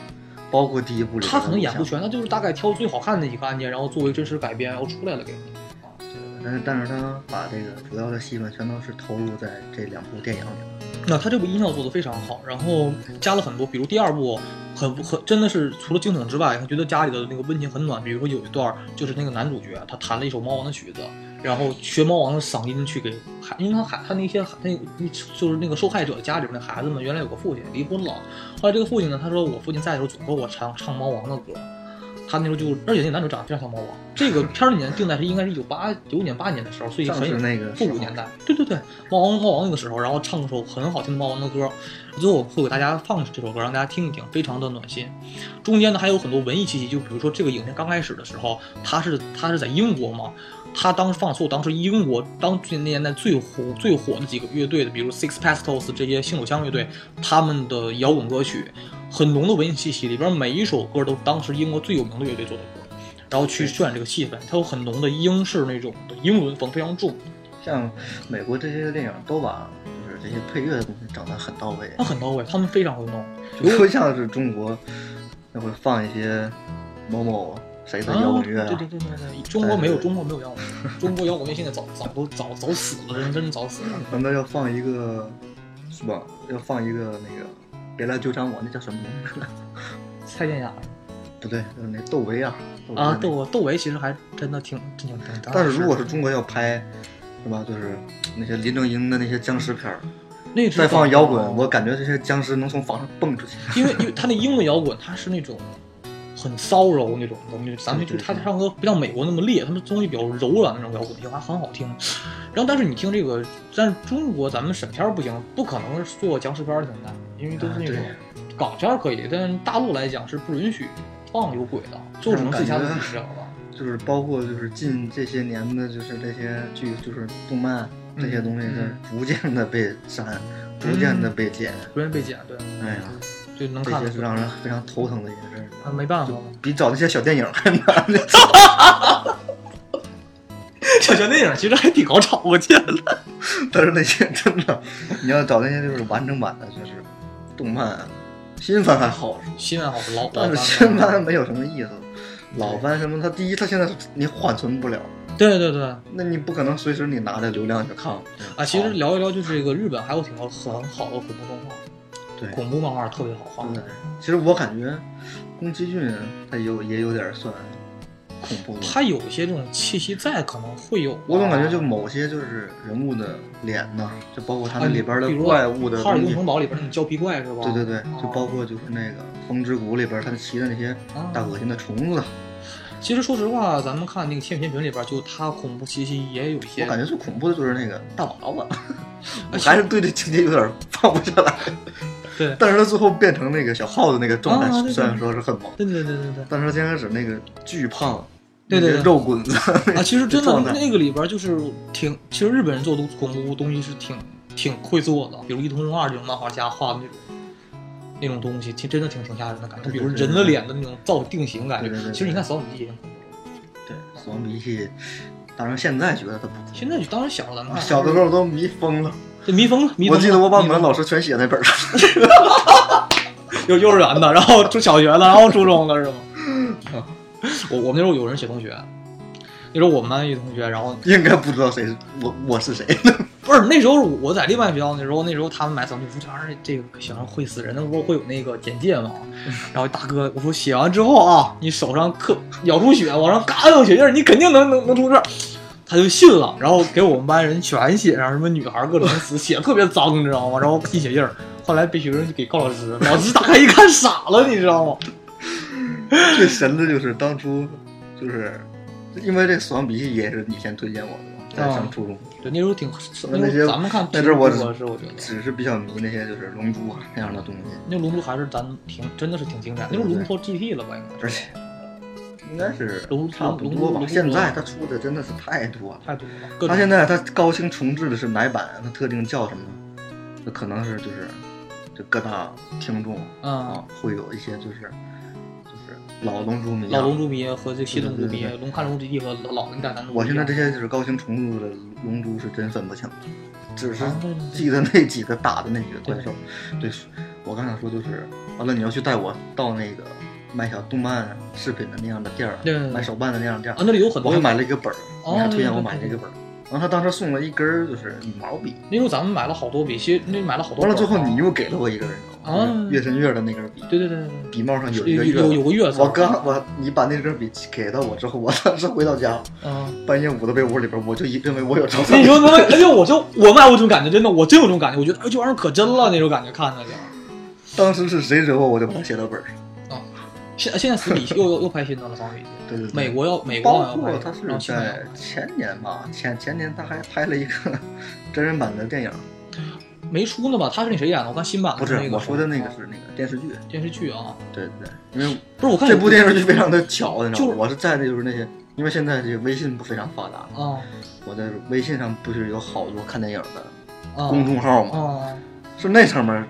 Speaker 2: 包括第一部里边
Speaker 1: 他可能
Speaker 2: 的
Speaker 1: 演
Speaker 2: 录
Speaker 1: 不全，
Speaker 2: 像
Speaker 1: 他就是大概挑最好看的几个案件，然后作为真实改编，然后出来了给你。啊，对对
Speaker 2: 但是但是他把这个主要的戏份全都是投入在这两部电影里了。
Speaker 1: 对那他这部音效做得非常好，然后加了很多，比如第二部很很真的是除了惊悚之外，他觉得家里的那个温情很暖。比如说有一段就是那个男主角他弹了一首猫王的曲子，然后学猫王的嗓音去给孩，因为他孩他那些孩那个就是那个受害者家里边的孩子们，原来有个父亲离婚了，后来这个父亲呢，他说我父亲在的时候总给我唱唱猫王的歌，他那时候就，而且那男主长得非常像猫王。这个片儿年定在是应该是一九八九年八年的时候，所以
Speaker 2: 正
Speaker 1: 很
Speaker 2: 是
Speaker 1: 有
Speaker 2: 那个
Speaker 1: 复
Speaker 2: 时
Speaker 1: 古
Speaker 2: 候
Speaker 1: 年代。对对对，猫王猫王那个时候，然后唱首很好听的猫王的歌，最后会给大家放这首歌，让大家听一听，非常的暖心。中间呢还有很多文艺气息，就比如说这个影片刚开始的时候，它是它是在英国嘛，他当时放出当时英国当那年代最火最火的几个乐队的，比如 Six Pistols 这些性手枪乐队，他们的摇滚歌曲很浓的文艺气息，里边每一首歌都是当时英国最有名的乐队做的歌，然后去渲染这个气氛，它有很浓的英式那种的英伦风，非常重，
Speaker 2: 像美国这些电影都把就是这些配乐的东西整得很到位
Speaker 1: 它，很到位，他们非常会弄。
Speaker 2: 就不像是中国那会放一些某某谁的摇滚乐
Speaker 1: 哦对对
Speaker 2: 啊？
Speaker 1: 对对对，中国没有中国没有摇滚乐，中国摇滚乐现在早早都早早死了，人真的早死了。
Speaker 2: 难道要放一个是吧？要放一个那个别来纠缠我，那叫什么名？
Speaker 1: 蔡健雅
Speaker 2: 不对，就是那窦唯啊。唯
Speaker 1: 啊
Speaker 2: 那，个
Speaker 1: 窦窦唯啊其实还真的挺真挺挺。
Speaker 2: 但是如果是中国要拍，是吧？就是那些林正英的那些僵尸片儿，
Speaker 1: 那
Speaker 2: 再放摇
Speaker 1: 哦啊
Speaker 2: 滚，我感觉这些僵尸能从房上蹦出去。
Speaker 1: 因为因为他那英文摇滚，他是那种很骚柔那种东西，咱们就
Speaker 2: 对对
Speaker 1: 他
Speaker 2: 对
Speaker 1: 唱歌不像美国那么烈，他们东西比较柔软那种摇滚，也还很好听。然后但是你听这个，但是中国咱们审片儿不行，不可能是做僵尸片儿现在，因为都是那种
Speaker 2: 啊
Speaker 1: 港片儿可以，但大陆来讲是不允许放有轨的，就只能自己家自己知道了。
Speaker 2: 就是包括就是近这些年的，就是这些剧，就是动漫
Speaker 1: 嗯
Speaker 2: 这些东西，
Speaker 1: 嗯
Speaker 2: 是逐渐的被删，逐渐的被剪。
Speaker 1: 不愿意被剪，对，
Speaker 2: 哎呀，
Speaker 1: 就能
Speaker 2: 这
Speaker 1: 看
Speaker 2: 些
Speaker 1: 得
Speaker 2: 是
Speaker 1: 出
Speaker 2: 让人非常头疼的一件事
Speaker 1: 啊，
Speaker 2: 儿，
Speaker 1: 没办法了。
Speaker 2: 比找那些小电影还难。
Speaker 1: 这小电影其实还挺好找，我见了。
Speaker 2: 但是那些真的，你要找那些就是完整版的，就是动漫啊，新番还好，
Speaker 1: 新闻好老，老
Speaker 2: 但是
Speaker 1: 翻
Speaker 2: 新
Speaker 1: 啊了
Speaker 2: 番没有什么意思。老番什么，它第一，它现在是你缓存不了，
Speaker 1: 对对对，
Speaker 2: 那你不可能随时你拿着流量去看
Speaker 1: 啊，其实聊一聊就是这个日本还有挺多很好的恐怖动画，
Speaker 2: 对，嗯
Speaker 1: 恐怖漫画特别好画。
Speaker 2: 对，其实我感觉宫崎骏他有也有点算恐怖的，
Speaker 1: 它有一些这种气息在，可能会有吧。
Speaker 2: 我总感觉就某些就是人物的脸呐，就包括他
Speaker 1: 啊
Speaker 2: 那里边的怪物
Speaker 1: 比
Speaker 2: 的
Speaker 1: 如说哈尔
Speaker 2: 东
Speaker 1: 滨
Speaker 2: 西，
Speaker 1: 城堡里边那种胶皮怪是吧？
Speaker 2: 对对对，
Speaker 1: 啊
Speaker 2: 就包括就是那个风之谷里边他骑的那些
Speaker 1: 啊
Speaker 2: 大恶心的虫子，
Speaker 1: 其实说实话，咱们看那个《千与千寻》里边，就它恐怖气息也有一些。
Speaker 2: 我感觉最恐怖的就是那个
Speaker 1: 啊
Speaker 2: 大娃 娃，我
Speaker 1: 哎
Speaker 2: 还是对这情节有点放不下来，
Speaker 1: 对
Speaker 2: 但是他最后变成那个小耗子那个状
Speaker 1: 啊对
Speaker 2: 态，
Speaker 1: 对
Speaker 2: 虽然说是很萌，
Speaker 1: 对对对对对
Speaker 2: 但是他先开始那个巨胖，
Speaker 1: 对对对
Speaker 2: 那个肉棍子
Speaker 1: 对 啊！其实真
Speaker 2: 状
Speaker 1: 的
Speaker 2: 态
Speaker 1: 那个里边就是挺，其实日本人做东恐怖东西是挺挺会做的，比如《一通二》这种漫画家画的那种那种东西，其实真的挺挺吓人的感觉，
Speaker 2: 对
Speaker 1: 比
Speaker 2: 对
Speaker 1: 如
Speaker 2: 对对
Speaker 1: 人的脸的那种造定型感觉
Speaker 2: 对对对。对
Speaker 1: 其实你看《扫帚记》也挺恐怖。
Speaker 2: 对，死亡笔记，当然现在觉得他不恐
Speaker 1: 现在就当时小时候咱们
Speaker 2: 怖，
Speaker 1: 看
Speaker 2: 啊小的时候都迷疯了。
Speaker 1: 这迷疯了，啊迷
Speaker 2: 我
Speaker 1: 疯
Speaker 2: 记得我把我们
Speaker 1: 老
Speaker 2: 老师全写那本儿，
Speaker 1: 有幼儿园的，然后中小学的，然后初中的是吗？ 我我们那时候有人写同学，那时候我们班一同学，然后
Speaker 2: 应该不知道谁是我 我是谁。
Speaker 1: 不是那时候我在另外学校那时候，那时候他们买扫地出墙，这个小孩会死人，那不是会有那个简介吗？然后大哥我说写完之后啊，你手上刻咬出血，往上嘎有血印儿，你肯定能能能出事儿。他就信了，然后给我们班人全写上什么女孩各种死，写得特别脏，你知道吗？然后印血印儿，后来被学生给告老师，老师打开一看傻了，你知道吗？
Speaker 2: 最神的就是当初，就是因为这《死亡笔记》也是你先推荐我的嘛，在上初中，
Speaker 1: 对，那时候挺，
Speaker 2: 那
Speaker 1: 那时
Speaker 2: 些
Speaker 1: 候咱们看
Speaker 2: 那阵儿我
Speaker 1: 挺合适，我觉得
Speaker 2: 只是比较迷那些就是龙珠啊那样的东西，
Speaker 1: 那龙珠还是咱挺真的是挺经典，那时候龙珠都 GT 了吧应该
Speaker 2: 而且应该是
Speaker 1: 龙珠
Speaker 2: 差不
Speaker 1: 龙
Speaker 2: 多
Speaker 1: 珠龙
Speaker 2: 吧。
Speaker 1: 珠啊
Speaker 2: 现在他出的真的是太多了，
Speaker 1: 太多了。各种
Speaker 2: 他现在他高清重置的是哪版？他特定叫什么？那可能是就是就各大听众
Speaker 1: 嗯
Speaker 2: 啊，会有一些就是就是老龙珠迷、啊。
Speaker 1: 老龙珠迷和这新龙珠迷
Speaker 2: 对对对，对
Speaker 1: 龙看龙之地和老老那代男龙啊不
Speaker 2: 我
Speaker 1: 一
Speaker 2: 现
Speaker 1: 样。
Speaker 2: 在这些就是高清重录的龙珠是真分不清，只是
Speaker 1: 啊对对对
Speaker 2: 记得那几个打的那几个怪兽。对，我刚想说就是，完了你要去带我到那个卖小动漫饰品的那样的店儿
Speaker 1: 对对，对
Speaker 2: 买手办的那样的店
Speaker 1: 啊
Speaker 2: 儿，
Speaker 1: 那里有很
Speaker 2: 我
Speaker 1: 多
Speaker 2: 又。买了一个本儿，
Speaker 1: 哦
Speaker 2: 你还推荐我
Speaker 1: 对对对
Speaker 2: 买了一个本儿。然后他当时送了一根儿就是羽毛笔，
Speaker 1: 那时候咱们买了好多笔，其实那买了好多。
Speaker 2: 完了之后你。又给了我一根儿，
Speaker 1: 啊
Speaker 2: 就是月神月的那根儿笔，
Speaker 1: 对对对
Speaker 2: 笔帽上有
Speaker 1: 对
Speaker 2: 一个
Speaker 1: 对，
Speaker 2: 月
Speaker 1: 有有
Speaker 2: 的。
Speaker 1: 个月字。
Speaker 2: 我刚我你把那根笔给到我之后，我当时回到家，
Speaker 1: 嗯，
Speaker 2: 半夜捂到被窝里边，我就以认为我有照
Speaker 1: 那
Speaker 2: 相
Speaker 1: 你。说能，哎呦，我就我买过这种感觉，真的，我真有这种感觉，我觉得哎这玩意儿可真了那种感觉，看着就。
Speaker 2: 当时是谁惹我，我就把它写到本儿上。
Speaker 1: 现现在死笔又又又拍新的了，双笔。
Speaker 2: 对对对，
Speaker 1: 美国要美国好
Speaker 2: 包
Speaker 1: 像要拍，
Speaker 2: 括他是
Speaker 1: 然后新的要
Speaker 2: 在
Speaker 1: 拍
Speaker 2: 前年吧，前前年他还拍了一个真人版的电影，
Speaker 1: 没出呢吧？他是那谁演的？我看新版的
Speaker 2: 不是
Speaker 1: 啊那个
Speaker 2: 我说的那个是那个电视剧。
Speaker 1: 电视剧啊，
Speaker 2: 对对对，因为
Speaker 1: 不是我看
Speaker 2: 这部电视剧非常的巧，你知道
Speaker 1: 就
Speaker 2: 吗
Speaker 1: 是？
Speaker 2: 我是在的就是那些，因为现在这个微信不非常发达嘛，
Speaker 1: 啊
Speaker 2: 我在微信上不是有好多看电影的
Speaker 1: 啊
Speaker 2: 公众号吗？
Speaker 1: 啊，
Speaker 2: 是那上面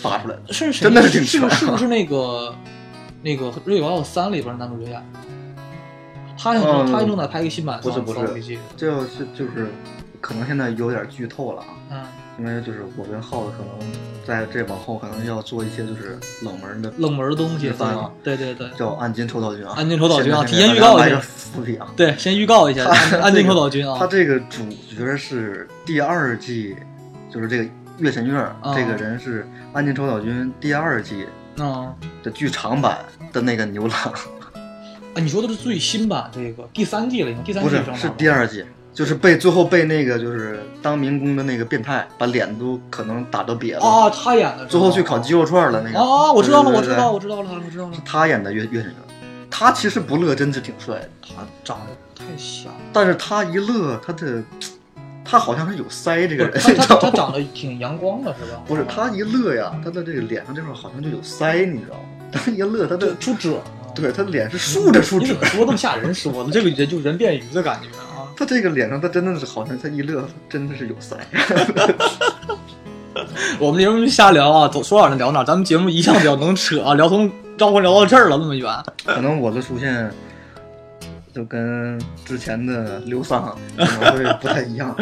Speaker 2: 发出来的。
Speaker 1: 是谁
Speaker 2: 真的是挺
Speaker 1: 是不
Speaker 2: 帅啊
Speaker 1: 是不是那个那个《瑞瓦奥三》里边的男主角演的？他
Speaker 2: 嗯
Speaker 1: 他正在拍一个新版的
Speaker 2: 不
Speaker 1: 《
Speaker 2: 是不是
Speaker 1: 扫帚笔记》
Speaker 2: 这要是就是可能现在有点剧透了啊，
Speaker 1: 嗯，
Speaker 2: 因为就是我跟耗子可能在这往后可能要做一些就是冷门的，
Speaker 1: 冷门的东西，
Speaker 2: 是吧
Speaker 1: 对对对
Speaker 2: 叫暗金臭道菌啊，
Speaker 1: 暗金臭道菌啊
Speaker 2: 现
Speaker 1: 提
Speaker 2: 在
Speaker 1: 前预告一下
Speaker 2: 来个伏笔啊。
Speaker 1: 对，先预告一下，
Speaker 2: 他
Speaker 1: 安安定口岛君
Speaker 2: 他
Speaker 1: 啊，
Speaker 2: 这个主角是第二季，就是这个月神月儿、
Speaker 1: 嗯
Speaker 2: 这个人是暗金臭道菌第二季
Speaker 1: 嗯
Speaker 2: 的剧场版的那个牛郎，
Speaker 1: 啊，你说的是最新版这个第三季了，已经第三
Speaker 2: 不
Speaker 1: 季
Speaker 2: 是
Speaker 1: 上
Speaker 2: 是
Speaker 1: 了
Speaker 2: 第二季。就是被最后被那个就是当民工的那个变态把脸都可能打到瘪了，
Speaker 1: 啊，他演的是吧
Speaker 2: 最后去烤鸡肉串儿了那个。
Speaker 1: 啊，我知道了，
Speaker 2: 对
Speaker 1: 我
Speaker 2: 对
Speaker 1: 知
Speaker 2: 对
Speaker 1: 道，
Speaker 2: 对
Speaker 1: 我知道了，我知道了
Speaker 2: 是，他演的岳岳神月，他其实不乐真是挺帅的，
Speaker 1: 他长得太像了，
Speaker 2: 但是他一乐，他的他好像是有腮这个人，
Speaker 1: 他
Speaker 2: 你知
Speaker 1: 他
Speaker 2: 道
Speaker 1: 他
Speaker 2: 吗？
Speaker 1: 长得挺阳光的是吧？
Speaker 2: 不是他一乐呀，他的这个脸上这块好像就有腮，你知道吗？他一乐，他
Speaker 1: 对
Speaker 2: 的
Speaker 1: 出褶，
Speaker 2: 对他脸是竖着竖
Speaker 1: 你
Speaker 2: 着
Speaker 1: 怎，么说那么吓人说的？这个人就人变鱼的感觉啊！
Speaker 2: 他这个脸上他真的是好像他一乐，他真的是有腮。
Speaker 1: 我们节目就瞎聊啊，走说哪儿就聊哪儿，咱们节目一向比较能扯啊，聊从绕回聊到这儿了那么远，
Speaker 2: 可能我的出现就跟之前的刘桑可能会不太一样，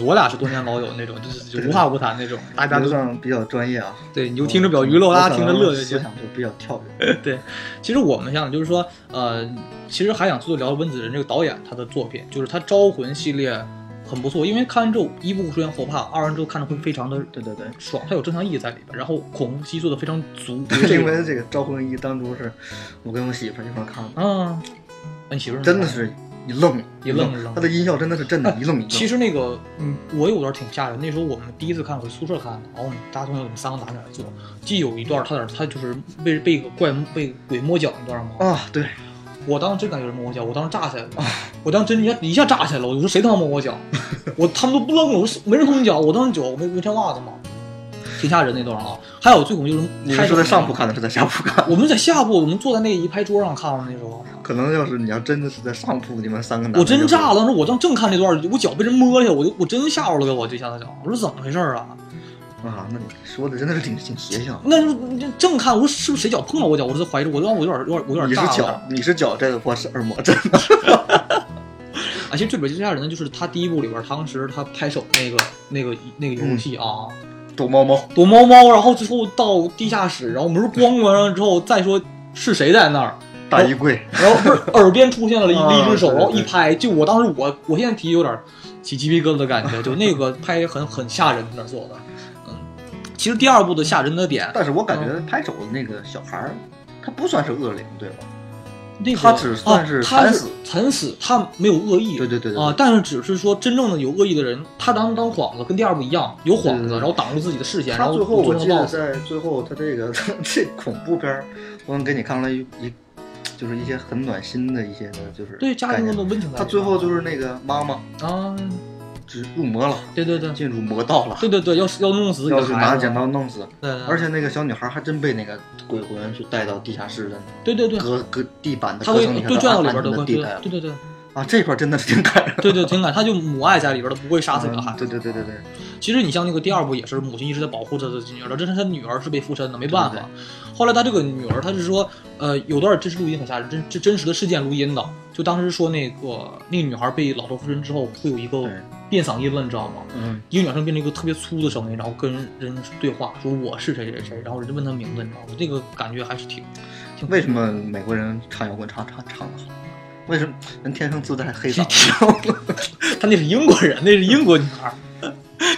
Speaker 1: 我俩是多年老友那种，就是就无话不谈那种，大家
Speaker 2: 刘
Speaker 1: 都
Speaker 2: 桑比较专业啊，
Speaker 1: 对你就听着比较娱乐，
Speaker 2: 嗯我
Speaker 1: 大家听着乐
Speaker 2: 我可
Speaker 1: 就
Speaker 2: 能思
Speaker 1: 行。
Speaker 2: 想就比较跳跃。
Speaker 1: 其实我们想就是说，呃，其实还想做聊温子仁这个导演他的作品，就是他《招魂》系列很不错，因为看完之后一不会出现后怕，二完之后看着会非常的
Speaker 2: 对对对。
Speaker 1: 爽，它有正向意义在里边，然后恐怖系做的非常 足，
Speaker 2: 因为这个《招魂一》当初是我跟我媳妇儿一块儿看的，
Speaker 1: 啊，那你媳妇儿呢
Speaker 2: 真的是一愣
Speaker 1: 一愣一愣
Speaker 2: 他的音效真的是震的一愣一愣。
Speaker 1: 其实那个，嗯，我有段挺吓人。那时候我们第一次看回宿舍看的，然后我们大家同学我们三个男的坐，既有一段他在那儿他就是被被个怪被鬼摸脚那段吗？
Speaker 2: 啊，对，
Speaker 1: 我当时真感觉有人摸我脚，我当时炸起来了，我当时真一下一下炸起来了。我说谁他妈摸 我脚？我他们都不愣了，我说没人碰脚，我当时脚我没没穿袜子嘛，挺吓人那段啊。还有最恐惧就是
Speaker 2: 你
Speaker 1: 拍
Speaker 2: 是在
Speaker 1: 手
Speaker 2: 上铺看的，是在下铺看？
Speaker 1: 我们在下铺，我们坐在那一排桌上看了那时候。
Speaker 2: 可能要是你要真的是在上铺，你们三个男的，
Speaker 1: 我真炸了，。当时我正正看这段儿，我脚被人摸一下，我就我真吓着了，给我这下子脚，我说怎么回事儿啊？
Speaker 2: 啊，那你说的真的是挺挺邪性。
Speaker 1: 那你这正看，我说是不是谁脚碰了我脚？我这怀疑，我让我有点有点我有点
Speaker 2: 你是
Speaker 1: 炸
Speaker 2: 脚
Speaker 1: 了。，啊
Speaker 2: 你是脚这个我是耳膜，真的。
Speaker 1: 啊，其实这里边最吓人的就是他第一部里边，当时他拍手那个那个那个
Speaker 2: 嗯
Speaker 1: 游戏啊，
Speaker 2: 躲猫猫，
Speaker 1: 躲猫猫，然后最后到地下室，然后门咣关上之后，再说是谁在那儿，
Speaker 2: 大衣柜，
Speaker 1: 然后不 是耳边出现了一一只手，
Speaker 2: 啊对对对
Speaker 1: 然后一拍，就我当时我我现在提有点起鸡皮疙瘩的感觉，就那个拍很很吓人，那儿做的。嗯，其实第二部的吓人的点，
Speaker 2: 但是我感
Speaker 1: 嗯
Speaker 2: 觉拍手的那个小孩儿，他不算是恶灵，对吧？
Speaker 1: 那个
Speaker 2: 他只算是
Speaker 1: 啊他
Speaker 2: 惨
Speaker 1: 是
Speaker 2: 死
Speaker 1: 惨死，他没有恶意。
Speaker 2: 对对对对
Speaker 1: 啊
Speaker 2: 对，
Speaker 1: 但是只是说真正的有恶意的人，他当当幌子，跟第二部一样有幌
Speaker 2: 对对
Speaker 1: 子，
Speaker 2: 对
Speaker 1: 然后挡住自己的视线，然
Speaker 2: 他
Speaker 1: 后
Speaker 2: 最后我
Speaker 1: 做成
Speaker 2: 记
Speaker 1: 了
Speaker 2: 得
Speaker 1: boss。
Speaker 2: 在最后他这个 这恐怖片儿，我给你看了一一，就是一些很暖心的一些的，就是
Speaker 1: 对家
Speaker 2: 概
Speaker 1: 庭
Speaker 2: 念
Speaker 1: 中的温情在里面。
Speaker 2: 他最后就是那个妈妈
Speaker 1: 啊，
Speaker 2: 只入魔了，
Speaker 1: 对对对
Speaker 2: 进入魔道了，
Speaker 1: 对对对，要要弄死你
Speaker 2: 要
Speaker 1: 的
Speaker 2: 是拿
Speaker 1: 孩子
Speaker 2: 剪，刀弄死。
Speaker 1: 对对
Speaker 2: 而且那个小女孩还真被那个鬼魂去带到地下室的
Speaker 1: 对对对，
Speaker 2: 隔隔地板的
Speaker 1: 他
Speaker 2: 隔
Speaker 1: 会
Speaker 2: 层底下
Speaker 1: 对转到里
Speaker 2: 的
Speaker 1: 边儿
Speaker 2: 暗
Speaker 1: 的
Speaker 2: 的
Speaker 1: 会，
Speaker 2: 地
Speaker 1: 对
Speaker 2: 带了
Speaker 1: 对对对
Speaker 2: 啊！这块儿真的是挺感 人的。
Speaker 1: 对对，情感，他就母爱在里边儿，他不会杀死你的孩
Speaker 2: 嗯
Speaker 1: 子。
Speaker 2: 对对对对对，
Speaker 1: 其实你像那个第二部也是，母亲一直在保护她的女儿，但是她女儿是被附身的，没办法。
Speaker 2: 对对
Speaker 1: 后来她这个女儿，她是说，呃，有段真实录音很吓人，真这真实的事件录音的，就当时说那个那个女孩被老头附身之后，会有一个
Speaker 2: 对
Speaker 1: 变嗓音了，你知道吗？
Speaker 2: 嗯，
Speaker 1: 一个女生变成一个特别粗的声音，然后跟人对话，说我是谁谁谁，然后人家问她名字，你知道吗？这个感觉还是挺挺
Speaker 2: 为什么美国人唱摇滚唱唱唱的好？为什么人天生自带黑
Speaker 1: 挺
Speaker 2: 嗓？
Speaker 1: 挺，他那是英国人，那是英国女孩，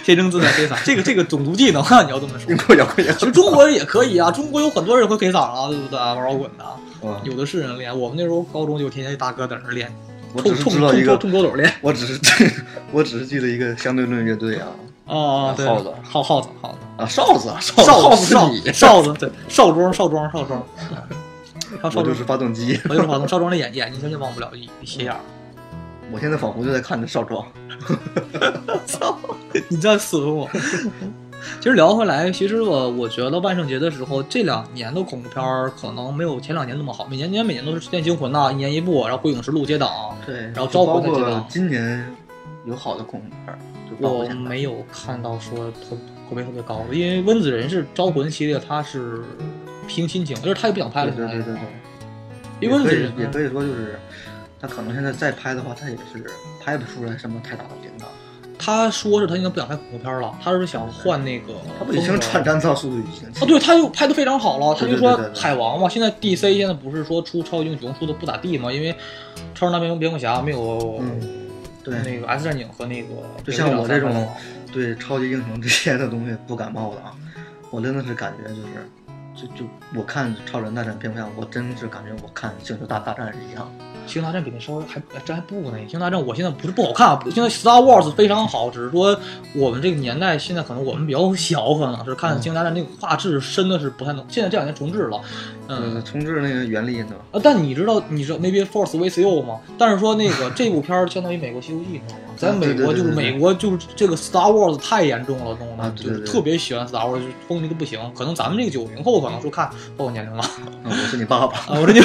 Speaker 1: 天生自带黑嗓，这个这个种族技能啊，你要这么说
Speaker 2: 英。国摇滚也
Speaker 1: 其实中国人也可以啊，中国有很多人会黑嗓啊，对不对？玩摇滚的啊，
Speaker 2: 啊，
Speaker 1: 有的是人练。我们那时候高中就天天大哥在那儿练，
Speaker 2: 我
Speaker 1: 冲
Speaker 2: 只是
Speaker 1: 冲
Speaker 2: 知道一
Speaker 1: 冲
Speaker 2: 个
Speaker 1: 冲，冲桌斗练。
Speaker 2: 我只是我只是记得一个相对论乐队 啊
Speaker 1: 哦，对，
Speaker 2: 耗子
Speaker 1: 耗耗子，耗子，
Speaker 2: 啊，哨子啊，
Speaker 1: 耗
Speaker 2: 哨子
Speaker 1: 少
Speaker 2: 是你，
Speaker 1: 少子，对，少庄，少庄，少 庄，还有少
Speaker 2: 我就
Speaker 1: 庄
Speaker 2: 是，发动机。
Speaker 1: 我就是华东少庄的眼眼睛，真的忘不了一一斜眼儿。
Speaker 2: 我现在仿佛就在看着少壮，
Speaker 1: 操，你在损我。 其实聊回来，其实我我觉得万圣节的时候，这两年的恐怖片儿可能没有前两年那么好。每年年每年都是《变惊魂》呐，一年一部，然后《鬼影实录》接档。
Speaker 2: 对，
Speaker 1: 然后
Speaker 2: 就
Speaker 1: 招
Speaker 2: 包
Speaker 1: 魂的这
Speaker 2: 括
Speaker 1: 个
Speaker 2: 今年有好的恐怖片儿，就包
Speaker 1: 我
Speaker 2: 括现在
Speaker 1: 没有看到说口口碑特别高的，因为温子仁是《招魂》系列，他是凭心情，就是他也不想拍
Speaker 2: 对
Speaker 1: 了。
Speaker 2: 对对对对，
Speaker 1: 哎因为温
Speaker 2: 也
Speaker 1: 子
Speaker 2: 可以
Speaker 1: 仁
Speaker 2: 也可以说就是，他可能现在再拍的话，他也是拍不出来什么太大的名堂。
Speaker 1: 他说是他已经不想拍恐怖片了，他是想换那个
Speaker 3: 他
Speaker 1: 风
Speaker 3: 不
Speaker 1: 格。
Speaker 3: 已经产战到速度与激情
Speaker 1: 啊，对，他就拍的非常好了。他就
Speaker 3: 对对
Speaker 1: 说
Speaker 3: 对对对
Speaker 1: 海王嘛，现在
Speaker 2: 嗯
Speaker 1: DC 现在不是说出超级英雄出的不咋地嘛，因为超人大兵蝙蝠侠没有、
Speaker 2: 嗯对
Speaker 1: 那个 X 战警和那个
Speaker 2: 就像我这种
Speaker 1: 蝙蝠侠好
Speaker 2: 对，超级英雄这些的东西不感冒的啊，我真的是感觉就是，就就我看超人大战蝙蝠侠，我真是感觉我看星球大大战是一样的。
Speaker 1: 星球大战比那稍微还这还不呢。星球大战我现在不是不好看啊，现在 Star Wars 非常好，只是说我们这个年代现在可能我们比较小，可能是看
Speaker 2: 嗯
Speaker 1: 星球大战那个画质真的是不太能。现在这两年重置了，嗯
Speaker 2: 呃，，重置那个原力呢，
Speaker 1: 啊，但你知道你知道 Maybe Force VCO 吗？但是说那个这部片儿相当于美国西游记，你知道吗？咱
Speaker 2: 啊
Speaker 1: 美
Speaker 2: 对对
Speaker 1: 国
Speaker 2: 对
Speaker 1: 就是
Speaker 2: 对对
Speaker 1: 美国就是这个 Star Wars 太严重了，懂吗？
Speaker 2: 啊对对
Speaker 1: 就
Speaker 2: 对
Speaker 1: 是特别喜欢 Star Wars，就风靡的不行。可能咱们这个九零后可能说看暴露年龄 了啊，
Speaker 2: 啊，我是 你爸爸。
Speaker 1: 我这就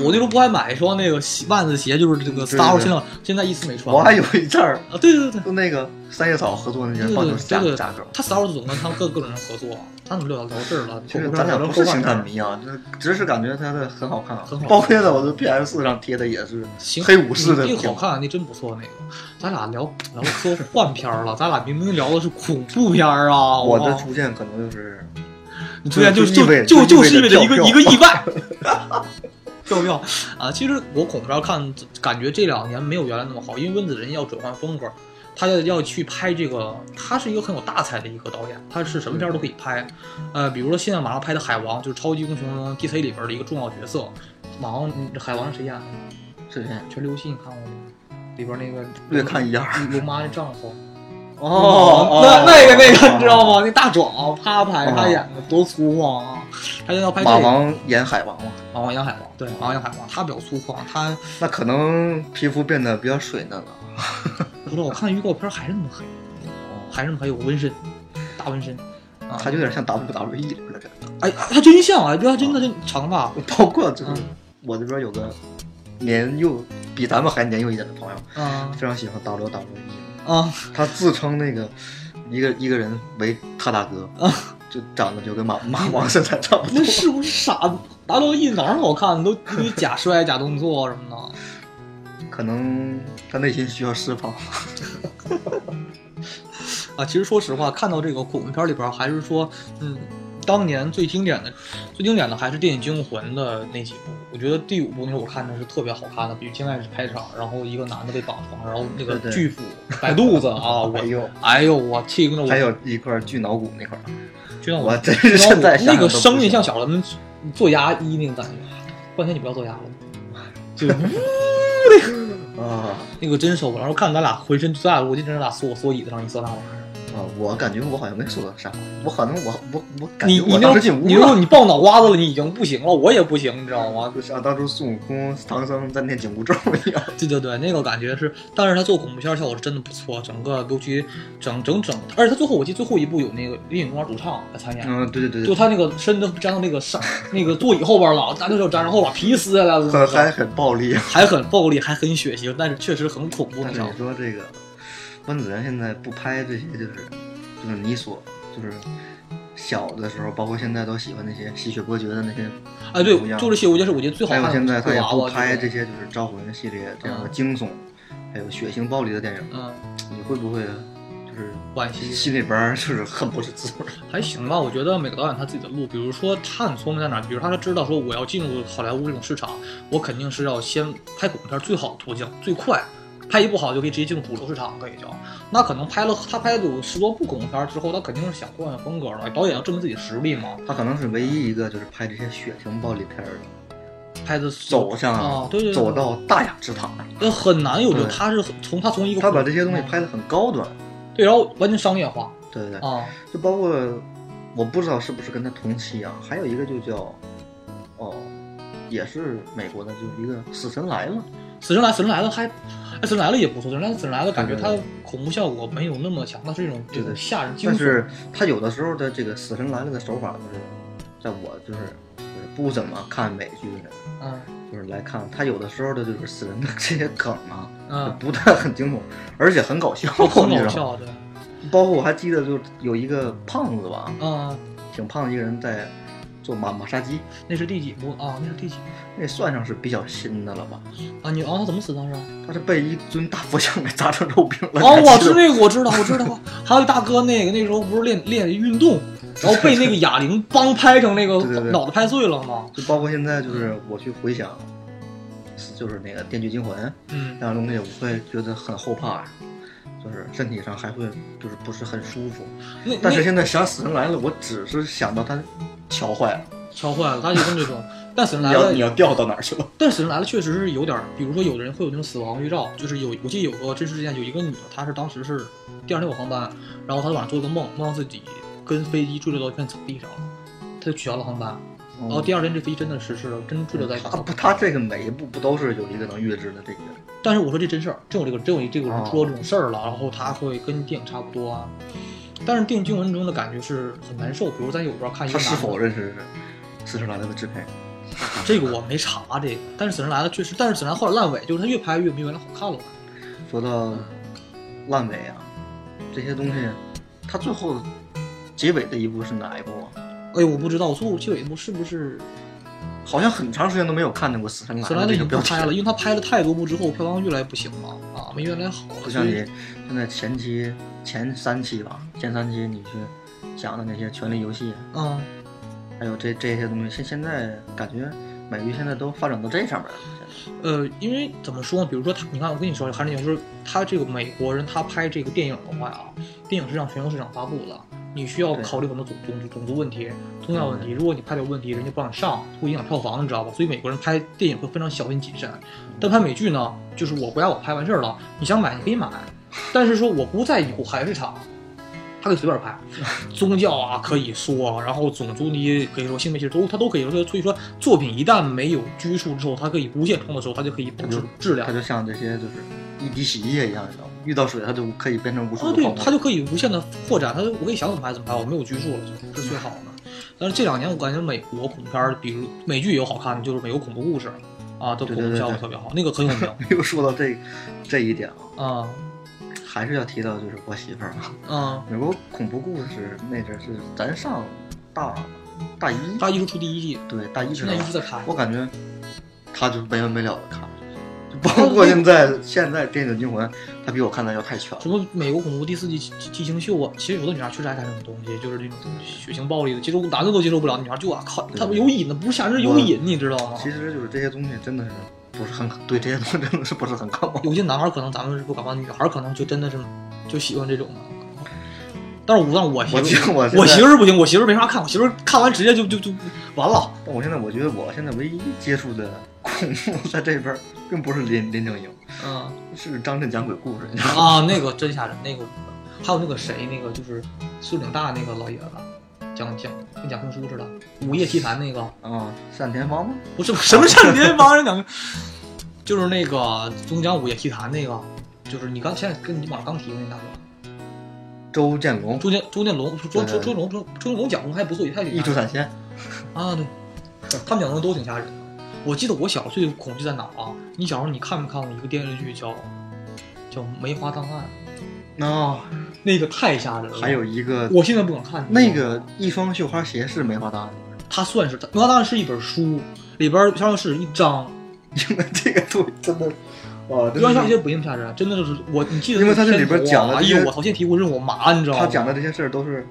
Speaker 1: 我那时候不还买一双那个鞋万字鞋，就是这个 Star Wars
Speaker 2: 对对
Speaker 1: 现在现在一次没穿
Speaker 2: 我
Speaker 1: 了。
Speaker 2: 还有一阵儿
Speaker 1: 啊，对对对对。
Speaker 2: 跟那个三叶草合作那些
Speaker 1: 对
Speaker 2: 放
Speaker 1: 对
Speaker 2: 的
Speaker 1: 对，
Speaker 2: 假
Speaker 1: 这个
Speaker 2: 假狗，
Speaker 1: 他 Star Wars 总跟他各各种人合作，他怎么聊聊这儿了？
Speaker 2: 其实
Speaker 1: 恐怖片
Speaker 2: 咱俩
Speaker 1: 儿
Speaker 2: 都
Speaker 1: 聊
Speaker 2: 不
Speaker 1: 成
Speaker 2: 是星
Speaker 1: 豆瓣
Speaker 2: 探
Speaker 1: 儿
Speaker 2: 迷啊，这只是感觉它的很好看啊，
Speaker 1: 很好看
Speaker 2: 包括在我的 PS 上贴的也是
Speaker 1: 行，
Speaker 2: 黑武士的
Speaker 1: 那
Speaker 2: 贴
Speaker 1: 个好
Speaker 2: 纸，
Speaker 1: 看，那啊真不错。那个，咱俩聊聊说换片儿了，咱俩明明聊的是恐怖片儿啊！
Speaker 2: 我的
Speaker 1: 哇
Speaker 2: 出现可能就是
Speaker 1: 你出现就
Speaker 2: 就就意味
Speaker 1: 就
Speaker 2: 就
Speaker 1: 就
Speaker 2: 意味
Speaker 1: 是因为
Speaker 2: 着
Speaker 1: 一个
Speaker 2: 跳票
Speaker 1: 一个意外， 票票啊！其实我恐怖片儿看感觉这两年没有原来那么好，因为温子仁要转换风格，他要要去拍这个，他是一个很有大才的一个导演，他是什么片儿都可以拍。呃，比如说现在马上拍的《海王》，就是超级英雄 DC 里边儿的一个重要角色。马上，你海王是谁演的？
Speaker 2: 是这样
Speaker 1: 《权力游戏》你看过吗？里边那个
Speaker 2: 略看一二。
Speaker 1: 刘妈的丈夫。
Speaker 2: 哦
Speaker 1: 那那个那个
Speaker 2: 哦
Speaker 1: 你知道吗？那大壮啪拍他演的多粗犷啊！他就要拍这
Speaker 2: 马
Speaker 1: 个
Speaker 2: 王演海王嘛，
Speaker 1: 马王杨海王，对马王杨海王，他比较粗犷，啊他
Speaker 2: 那可能皮肤变得比较水嫩了。
Speaker 1: 不知道我看预告片还是那么黑，还是那么黑，有纹身，大纹身。啊，
Speaker 2: 他就有点像 WWE 里边的人，
Speaker 1: 哎，他真像啊！他真的真长发，
Speaker 2: 包括就是
Speaker 1: 嗯
Speaker 2: 我这边有个年幼比咱们还年幼一点的朋友，
Speaker 1: 啊
Speaker 2: 非常喜欢 WWE。
Speaker 1: 啊
Speaker 2: 他自称那个一个一个人为他大哥
Speaker 1: 啊，
Speaker 2: 就长得就跟马 马王身材差不多
Speaker 1: 那。是不是傻？达洛伊哪儿好看？都都假摔、假动作什么的。
Speaker 2: 可能他内心需要释放。
Speaker 1: 啊，其实说实话，看到这个恐怖片里边儿，还是说，嗯，当年最经典的、最经典的还是《电影惊魂》的那几部。我觉得第五部那时候我看的是特别好看的，比如现在是开场，然后一个男的被绑床，然后那个
Speaker 2: 对对
Speaker 1: 巨斧、白肚子啊，我
Speaker 2: 哎呦，
Speaker 1: 哎呦我听着我
Speaker 2: 还有一块巨脑骨那块儿，
Speaker 1: 就让
Speaker 2: 我
Speaker 1: 我
Speaker 2: 真
Speaker 1: 就
Speaker 2: 是
Speaker 1: 让
Speaker 2: 现
Speaker 1: 我
Speaker 2: 在想
Speaker 1: 那个
Speaker 2: 想都
Speaker 1: 声
Speaker 2: 不
Speaker 1: 音
Speaker 2: 行
Speaker 1: 像小人做牙医那个感觉。半天你不要做牙了， 就
Speaker 2: 啊
Speaker 1: 那个真受不了。然后看咱俩浑身，咱俩我就咱俩缩缩椅子上，你缩那玩意儿。
Speaker 2: 啊！我感觉我好像没说到啥，我可能我我我感
Speaker 1: 你
Speaker 2: 觉
Speaker 1: 你
Speaker 2: 我
Speaker 1: 那
Speaker 2: 当时进屋
Speaker 1: 你
Speaker 2: 了
Speaker 1: 说。你爆脑瓜子了，你已经不行了，我也不行，你知道吗？
Speaker 2: 就像当初孙悟空、唐僧在念紧箍咒一样，
Speaker 1: 对对对，那个感觉是，但是他做恐怖片效果是真的不错，整个尤其整整整，而且他最后我记得最后一部有那个林允光主唱来参演，
Speaker 2: 嗯，对对
Speaker 1: 就
Speaker 2: 对，
Speaker 1: 他那个身子粘到那个上那个座椅后边了，拿那手粘，然后把皮撕下来了，
Speaker 2: 很还很暴力。
Speaker 1: 还很暴力，还很血腥，但是确实很恐怖
Speaker 2: 但
Speaker 1: 那
Speaker 2: 是
Speaker 1: 场
Speaker 2: 你。说这个温子仁现在不拍这些，就是就是你所就是小的时候，包括现在都喜欢那些吸血伯爵的那些，
Speaker 1: 哎，对，就是《西游记》是我觉得最好
Speaker 2: 还
Speaker 1: 看
Speaker 2: 有
Speaker 1: 的嗯
Speaker 2: 现在他也
Speaker 1: 娃
Speaker 2: 不
Speaker 1: 娃
Speaker 2: 拍这
Speaker 1: 些，
Speaker 2: 些就是招魂系列这样的惊悚，还有血腥暴力的电影，
Speaker 1: 嗯，
Speaker 2: 你会不会就是
Speaker 1: 惋惜。
Speaker 2: 心里边儿就是恨不是滋味儿？
Speaker 1: 还行吧，我觉得每个导演他自己的路，比如说他很聪明在哪儿，比如他他知道说我要进入好莱坞这种市场，我肯定是要先拍恐怖片最好的途径最快，拍一部好就可以直接进入主流市场，可以就。那可能拍了他拍了有十多部恐怖片之后，他肯定是想换换风格了。导演要证明自己实力嘛，
Speaker 2: 他可能是唯一一个就是拍这些血腥暴力片儿的
Speaker 1: 拍的
Speaker 2: 走向
Speaker 1: 啊，对对对，
Speaker 2: 走到大雅之堂，
Speaker 1: 呃很难有就
Speaker 2: 对
Speaker 1: 他是从他从一个
Speaker 2: 他把这些东西拍
Speaker 1: 的
Speaker 2: 得很高端，
Speaker 1: 对，然后完全商业化
Speaker 2: 对对对。
Speaker 1: 啊，
Speaker 2: 就包括我不知道是不是跟他同期啊，还有一个就叫哦，也是美国的，就是一个《死神来了
Speaker 1: 死神来，死神来了还，哎，死神来了也不错，死神来了，死神来了感觉它
Speaker 2: 对对
Speaker 1: 恐怖效果没有那么强，它是一种这
Speaker 2: 对
Speaker 1: 种
Speaker 2: 对
Speaker 1: 吓人》，惊悚。
Speaker 2: 但是他有的时候的这个《死神来了》的手法，就是在我就是就是不怎么看美剧的人，
Speaker 1: 嗯
Speaker 2: 就是来看他有的时候的就是死神的这些梗啊，就
Speaker 1: 嗯，
Speaker 2: 不但很惊悚，而且很搞 笑，
Speaker 1: 很
Speaker 2: 你知
Speaker 1: 搞
Speaker 2: 道吗？
Speaker 1: 笑，对，
Speaker 2: 包括我还记得就是有一个胖子吧，
Speaker 1: 嗯
Speaker 2: 挺胖的一个人在做马马杀鸡，
Speaker 1: 那是第几部啊？那是第几部
Speaker 2: 那算上是比较新的了吧？
Speaker 1: 啊？女王她怎么死当时？
Speaker 2: 他是被一尊大佛像给砸成肉饼了。
Speaker 1: 哦，
Speaker 2: 你还
Speaker 1: 我
Speaker 2: 记
Speaker 1: 知
Speaker 2: 得吗
Speaker 1: 那个，我知道，我知道。 还有大哥，那个那时候不是练练运动，然后被那个哑铃梆拍成那个
Speaker 2: 对对对
Speaker 1: 脑袋拍碎了吗？
Speaker 2: 就包括现在，就是我去回想，就是那个《电锯惊魂》
Speaker 1: 嗯
Speaker 2: 那样东西，我会觉得很后怕，就是身体上还会就是不是很舒服。
Speaker 1: 那
Speaker 2: 但是
Speaker 1: 那
Speaker 2: 现在想《死神来了》，我只是想到他桥坏了，
Speaker 1: 敲坏了，他就是那 种。但死人
Speaker 2: 你
Speaker 1: 来
Speaker 2: 要
Speaker 1: 了
Speaker 2: 你，要掉到哪儿去了？
Speaker 1: 但死人来了确实是有点儿，比如说有的人会有那种死亡预兆，就是有我记得有个真实事件，有一个女的，她是当时是第二天有航班，然后她晚上做了个梦，梦到自己跟飞机坠落到一片草地上了，她就取消了航班，然后第二天这飞机真的实施了，真坠落在一个
Speaker 2: 嗯他
Speaker 1: 草地
Speaker 2: 不，他这个每一步不都是有一个能预知的这个？
Speaker 1: 但是我说这真事儿，真有这个真有这个人
Speaker 2: 哦
Speaker 1: 说这种事儿了，然后他会跟电影差不多啊。但是电影经文中的感觉是很难受，比如咱有时候看一
Speaker 2: 他
Speaker 1: 个
Speaker 2: 是
Speaker 1: 男的，
Speaker 2: 否认识死神来了的支配？
Speaker 1: 这个我没查啊这个，但是《死神来了》确实，但是《死神来了》后来烂尾，就是他越拍越没原来好看了。
Speaker 2: 说到烂尾啊，这些东西，他最后结尾的一步是哪一步啊？
Speaker 1: 哎呦，我不知道，我说我结尾部是不是
Speaker 2: 好像很长时间都没有看见过《死神
Speaker 1: 《
Speaker 2: 来
Speaker 1: 死神
Speaker 2: 了
Speaker 1: 来》了》
Speaker 2: 这
Speaker 1: 已
Speaker 2: 个
Speaker 1: 经不
Speaker 2: 标题
Speaker 1: 拍了，因为他拍了太多部之后，票房越来越不行了啊，没原来好了。
Speaker 2: 不像
Speaker 1: 所以
Speaker 2: 你现在前期前三期吧，前三期你去讲的那些《权力游戏
Speaker 1: 嗯，》，
Speaker 2: 还有这这些东西，现现在感觉美剧现在都发展到这上面了。现
Speaker 1: 呃，因为怎么说呢？比如说他，你看，我跟你说，韩正就是他这个美国人，他拍这个电影的话啊，电影是让全球市场发布的，你需要
Speaker 2: 对
Speaker 1: 考虑很多种种种族问题、宗教问题。如果你拍点问题，人家不让你上，会影响票房，你知道吧？所以美国人拍电影会非常小心谨慎。但拍美剧呢，就是我国家我拍完事儿了，你想买你可以买，但是说我不在意海外市场。他可以随便 拍，宗教啊可以说，然后种族你也可以说，性别歧视都他都可以说。所以说，作品一旦没有拘束之后，它可以无限创作的时候，它就可以保
Speaker 2: 它
Speaker 1: 持
Speaker 2: 就
Speaker 1: 质
Speaker 2: 在
Speaker 1: 量
Speaker 2: 它。就像这些就是一滴洗衣液一样，你知道吗？遇到水它就可以变成无数
Speaker 1: 啊，
Speaker 2: 个
Speaker 1: 对
Speaker 2: 泡，
Speaker 1: 它
Speaker 2: 沫。
Speaker 1: 就可以无限的扩展，它就我可以想怎么拍怎么拍，我没有拘束了，就是最好的。但是这两年我感觉美国恐怖片儿，比如美剧也有好看的，就是美国恐怖故事啊，都恐
Speaker 2: 对对
Speaker 1: 怖
Speaker 2: 对
Speaker 1: 效果
Speaker 2: 对
Speaker 1: 特别好，那个很有名
Speaker 2: 又说到这这一点啊，
Speaker 1: 啊
Speaker 2: 还是要提到就是我媳妇儿啊，
Speaker 1: 啊。
Speaker 2: 美国恐怖故事那阵儿是咱上大大一，
Speaker 1: 大一是出第一季，
Speaker 2: 对大一时
Speaker 1: 现在一直在拍。
Speaker 2: 我感觉他就没完没了的看，就包括现在现在电影《惊魂》，他比我看的要太全了
Speaker 1: 什。么美国恐怖第四季激激情秀啊，其实有的女孩确实爱看这种东西，就是这种血腥暴力的，接受男的都接受不了，女孩就啊靠，
Speaker 2: 对
Speaker 1: 他们有瘾的，不是吓人有瘾，你知道吗？
Speaker 2: 其实就是这些东西真的是不是很对，这些东西真的是不是很感冒。
Speaker 1: 有些男孩可能咱们是不感冒，女孩可能就真的是就喜欢这种的。但是我让我媳
Speaker 2: 我
Speaker 1: 妇
Speaker 2: 听
Speaker 1: 儿，
Speaker 2: 我
Speaker 1: 我
Speaker 2: 现在
Speaker 1: 媳妇儿不行，我媳妇儿没啥看，我媳妇儿看完直接就就就完了。
Speaker 2: 但我现在我觉得我现在唯一接触的恐怖在这边儿，并不是林林正英，
Speaker 1: 嗯
Speaker 2: 是张震讲鬼故事，你知道吗？
Speaker 1: 啊，那个真吓人，那个还有那个谁，那个就是岁数挺大那个老爷子，讲讲跟讲评书似的，《午夜奇谈》那个。
Speaker 2: 啊，单田芳吗？
Speaker 1: 不是什么战别帮人讲， 就是那个东江午夜奇谈那个，就是你刚现在跟你网上刚提的那大哥，
Speaker 2: 周建龙，
Speaker 1: 周建周建龙周周
Speaker 2: 对
Speaker 1: 周龙周周建龙讲的还不错，也太
Speaker 2: 一出
Speaker 1: 彩
Speaker 2: 闪现，
Speaker 1: 啊，对，他们讲的都挺吓人的。我记得我小时候最恐惧在哪儿啊？你小时候你看没看过一个电视剧叫叫《梅花档案
Speaker 2: 哦，》？
Speaker 1: 那个太吓人了。
Speaker 2: 还有一个
Speaker 1: 我现在不敢看
Speaker 2: 那个一双绣花鞋是梅花大
Speaker 1: 它算是《梅花档案》是一本书，里边儿相当于是一章，
Speaker 2: 因为这个东西真的，哇，
Speaker 1: 《
Speaker 2: 真
Speaker 1: 流
Speaker 2: 的
Speaker 1: 浪
Speaker 2: 是
Speaker 1: 小姐》不用吓人，真的就是我，你记得
Speaker 2: 因为
Speaker 1: 那
Speaker 2: 它
Speaker 1: 个
Speaker 2: 这里
Speaker 1: 片
Speaker 2: 边
Speaker 1: 头
Speaker 2: 讲了
Speaker 1: 啊哎
Speaker 2: 这
Speaker 1: 呦
Speaker 2: 些，
Speaker 1: 我操，现在提我任我麻，你知道吗？
Speaker 2: 他讲的这些事儿都是，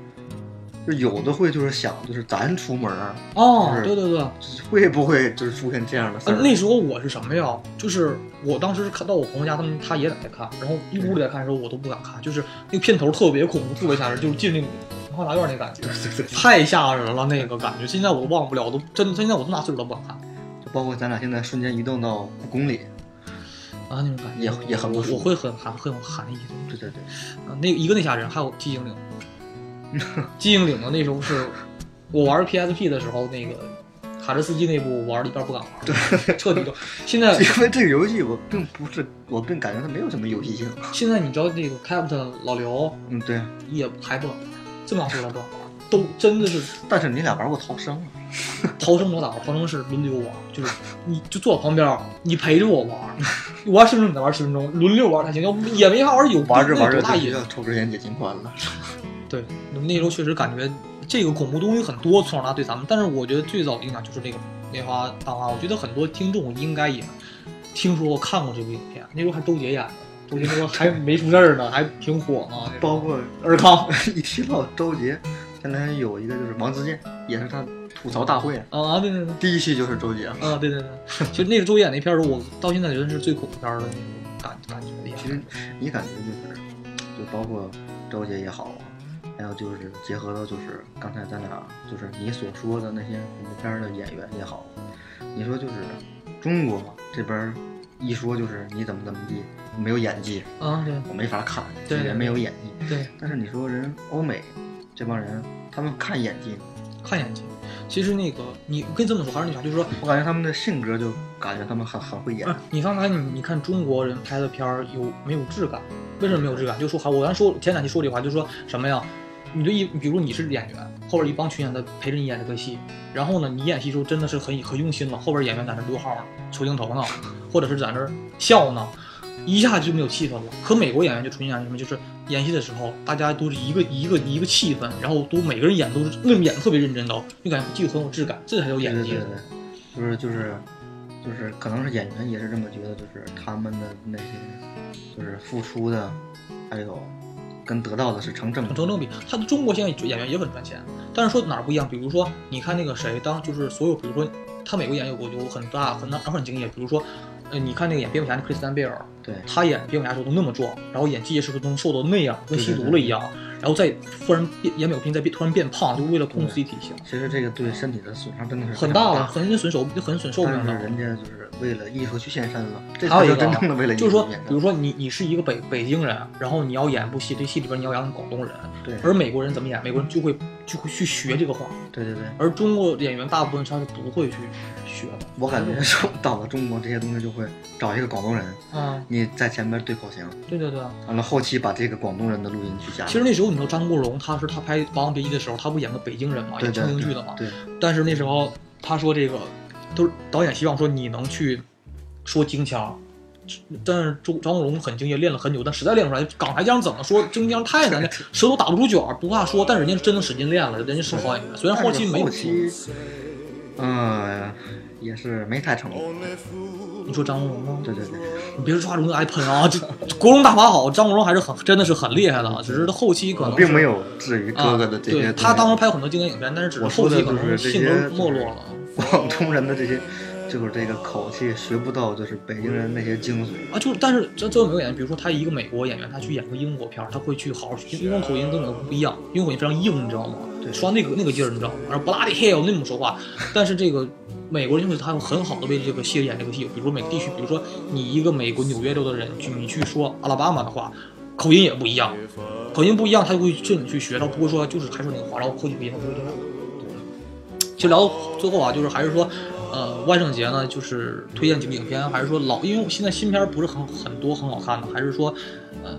Speaker 2: 就有的会就是想，就是咱出门儿
Speaker 1: 哦
Speaker 2: 就，
Speaker 1: 对
Speaker 2: 是
Speaker 1: 对对，
Speaker 2: 会不会就是出现这样的事
Speaker 1: 呃
Speaker 2: 儿？
Speaker 1: 那时候我是什么呀？就是我当时是看到我朋友家，他们他也在看，然后一屋里在看的时候，我都不敢看，就是那个片头特别恐怖，特别吓人，就是进那个文化大院那感觉，
Speaker 2: 对对对，
Speaker 1: 太吓人了那个感觉，现在我都忘不了，我都真的现在我这么大岁数都不敢看
Speaker 2: 就包括咱俩现在瞬间移动到故宫里，
Speaker 1: 啊，那种感觉
Speaker 2: 也也很不舒服
Speaker 1: 我会很含很有含义的。
Speaker 2: 对对对，
Speaker 1: 啊，那一个那吓人，还有寂静岭。寂静岭呢，那时候是我玩 PSP 的时候，那个卡车司机那部我玩了一半不敢玩，对，彻底就。现在
Speaker 2: 因为这个游戏我并不是，我并感觉它没有什么游戏性。
Speaker 1: 现在你知道那个 Captain 老刘
Speaker 2: 嗯，对啊，
Speaker 1: 也还不敢玩，这么大岁数还不敢玩，都真的 是
Speaker 2: 但是你俩玩过逃生啊？
Speaker 1: 逃生者打，逃生是轮流玩，就是你就坐我旁边儿，啊你陪着我玩儿，我玩十分钟你再玩十分钟，轮流玩儿才行，要不也没法玩儿有
Speaker 2: 玩着玩
Speaker 1: 那多
Speaker 2: 着
Speaker 1: 大
Speaker 2: 就
Speaker 1: 瘾
Speaker 2: 要抽根烟解心宽了。嗯
Speaker 1: 对，那时候确实感觉这个恐怖东西很多，从小到大对咱们，但是我觉得最早的影响就是那个《梅花大花》，我觉得很多听众应该也听说过、看过这部影片，那时候还周杰演的，周杰那时候还没出事儿呢，还挺火呢，那时候
Speaker 2: 包括
Speaker 1: 尔康，
Speaker 2: 一提到周杰，前两天有一个就是王自健，也是他吐槽大会啊，
Speaker 1: 啊，对对对。
Speaker 2: 第一期就是周杰。
Speaker 1: 啊，对对对，其实那个周演那片儿，我到现在觉得是最恐怖片儿的那种感感觉的。
Speaker 2: 其实你感觉就是，就包括周杰也好啊，还有就是结合到就是刚才咱俩就是你所说的那些恐怖片儿的演员也好，你说就是中国嘛这边儿一说就是你怎么怎么地，没有演技，
Speaker 1: 啊，对
Speaker 2: 我没法看，这
Speaker 1: 对
Speaker 2: 人没有演技。
Speaker 1: 对，
Speaker 2: 但是你说人欧美这帮人，他们看演技，
Speaker 1: 看演技。其实那个你跟这么说还是那啥，就是说，
Speaker 2: 我感觉他们的性格就感觉他们很很会演。
Speaker 1: 啊、你刚才你你看中国人拍的片儿有没有质感？为什么没有质感？就说好，我刚说前两期说这话，就说什么呀？你对一，比如你是演员，后边一帮群演在陪着你演这个戏，然后呢，你演戏时候真的是很很用心了，后边演员在那溜号呢、抽镜头呢，或者是在那儿笑呢，一下就没有气氛了。和美国演员就纯演什么，就是演戏的时候，大家都是一个一个一个气氛，然后都每个人演都是那演得特别认真的哦，就感觉就很有质感，这才叫演技。
Speaker 2: 对对对，就是就是就是，可能是演员也是这么觉得，就是他们的那些就是付出的，还有跟得到的是成正
Speaker 1: 很
Speaker 2: 比。
Speaker 1: 成正比。他的中国现在演员也很赚钱，但是说哪儿不一样？比如说，你看那个谁，当就是所有，比如说他美国演员有有很大很大很敬业，比如说，呃，你看那个演蝙蝠侠的克里斯丹贝尔，
Speaker 2: 对，
Speaker 1: 他演蝙蝠侠时候都那么壮，然后演机械时候能瘦到那样，跟
Speaker 2: 对对
Speaker 1: 吸毒了
Speaker 2: 对
Speaker 1: 一样，然后再突然变演美国片再变突然变胖，就为了控制自己体型，
Speaker 2: 其实这个对身体的损伤真的是
Speaker 1: 很
Speaker 2: 非
Speaker 1: 大
Speaker 2: 常
Speaker 1: 了，很损手，很损瘦
Speaker 2: 但
Speaker 1: 的
Speaker 2: 是
Speaker 1: 了。
Speaker 2: 人家就是为了艺术去献身了，这
Speaker 1: 还
Speaker 2: 才
Speaker 1: 有
Speaker 2: 叫
Speaker 1: 一个
Speaker 2: 真
Speaker 1: 啊
Speaker 2: 正的为了艺
Speaker 1: 就是
Speaker 2: 术
Speaker 1: 说，
Speaker 2: 去献
Speaker 1: 比如
Speaker 2: 身。
Speaker 1: 说你你是一个北北京人，然后你要演部戏，这戏里边你要演广东人，
Speaker 2: 对
Speaker 1: 而美国人怎么演，美国人就会就会去学这个话，
Speaker 2: 对对对，
Speaker 1: 而中国演员大部分他是不会去学的。
Speaker 2: 我感
Speaker 1: 嗯
Speaker 2: 觉说到了中国这些东西就会找一个广东人，
Speaker 1: 啊，
Speaker 2: 你在前面对口型，
Speaker 1: 对对对。
Speaker 2: 完了后期把这个广东人的录音去加上。
Speaker 1: 其实那时候你说张国荣，他是他拍《霸王别姬》的时候，他不演个北京人嘛，
Speaker 2: 对
Speaker 1: 演
Speaker 2: 对
Speaker 1: 情景
Speaker 2: 对
Speaker 1: 剧的嘛。
Speaker 2: 对，
Speaker 1: 但是那时候他说这个，都是导演希望说你能去说京腔。但是张张国荣很敬业，练了很久，但实在练不出来。港台腔怎么说？京腔太难练，舌头打不出卷儿，不怕说。但人家真的使劲练了，人家是好演员。虽然后
Speaker 2: 但
Speaker 1: 期
Speaker 2: 是
Speaker 1: 没有
Speaker 2: 后，期，嗯，也是没太成功。
Speaker 1: 你说张国荣吗？
Speaker 2: 对对对，
Speaker 1: 你别说抓容易挨喷啊！这国荣大法好，张国荣还是很真的是很厉害的啊，只是他后期可
Speaker 2: 我
Speaker 1: 能
Speaker 2: 并
Speaker 1: 是
Speaker 2: 没有至于哥哥的这些东西、
Speaker 1: 啊对他当时拍过很多经典影片，但是只是
Speaker 2: 我
Speaker 1: 后
Speaker 2: 说的
Speaker 1: 期可
Speaker 2: 就
Speaker 1: 能
Speaker 2: 是这
Speaker 1: 性
Speaker 2: 些
Speaker 1: 格没落了。 啊
Speaker 2: 广东人的这些，就是这个口气学不到，就是北京人那些精髓。
Speaker 1: 啊，就是，但是这这有美国演员，比如说他一个美国演员，他去演个英国片儿，他会去好好去，英国口音跟美国不一样，英国口音非常硬，你知道吗？
Speaker 2: 对
Speaker 1: 说那个那个劲儿，你知道吗？啊然后 bloody hell 那么说话，但是这个美国人就是他们很好的为这个戏演这个戏，比如说每个地区，比如说你一个美国纽约州的人，去你去说阿拉巴马的话，口音也不一样，口音不一样，他就会顺着去学，然后不会说就是还说那个话，然后口音不一样，他不会这样。其实聊到最后啊，就是还是说，呃，万圣节呢，就是推荐几部影片，还是说老，因为现在新片不是很很多很好看的，还是说，呃，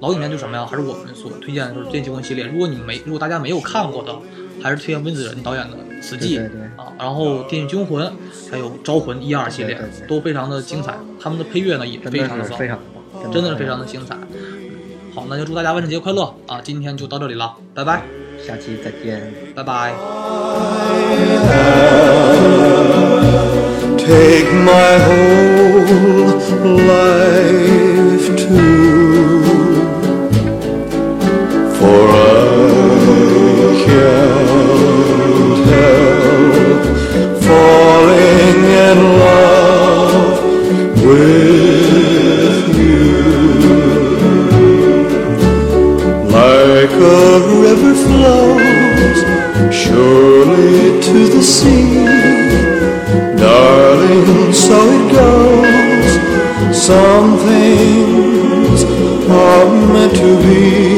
Speaker 1: 老影片就是什么呀？还是我们所推荐的就是《电击魂》系列。如果你没，如果大家没有看过的，还是推荐温子仁导演的《死寂
Speaker 2: 对》对对
Speaker 1: 啊，然后《电锯惊魂》还有《招魂》一二系列
Speaker 2: 对对对
Speaker 1: 都非常的精彩，他们的配乐呢也非
Speaker 2: 真
Speaker 1: 常
Speaker 2: 的
Speaker 1: 的
Speaker 2: 是
Speaker 1: 棒
Speaker 2: 非，常的棒，
Speaker 1: 真的
Speaker 2: 的
Speaker 1: 是非常的精彩。好，那就祝大家万圣节快乐啊！今天就到这里了，拜拜，
Speaker 2: 棒。下期再见。
Speaker 1: 拜拜。
Speaker 3: take my whole life too. For I can't help falling in love with you. Like a river flows surely to the sea. Darling, so it goes. Some things are meant to be.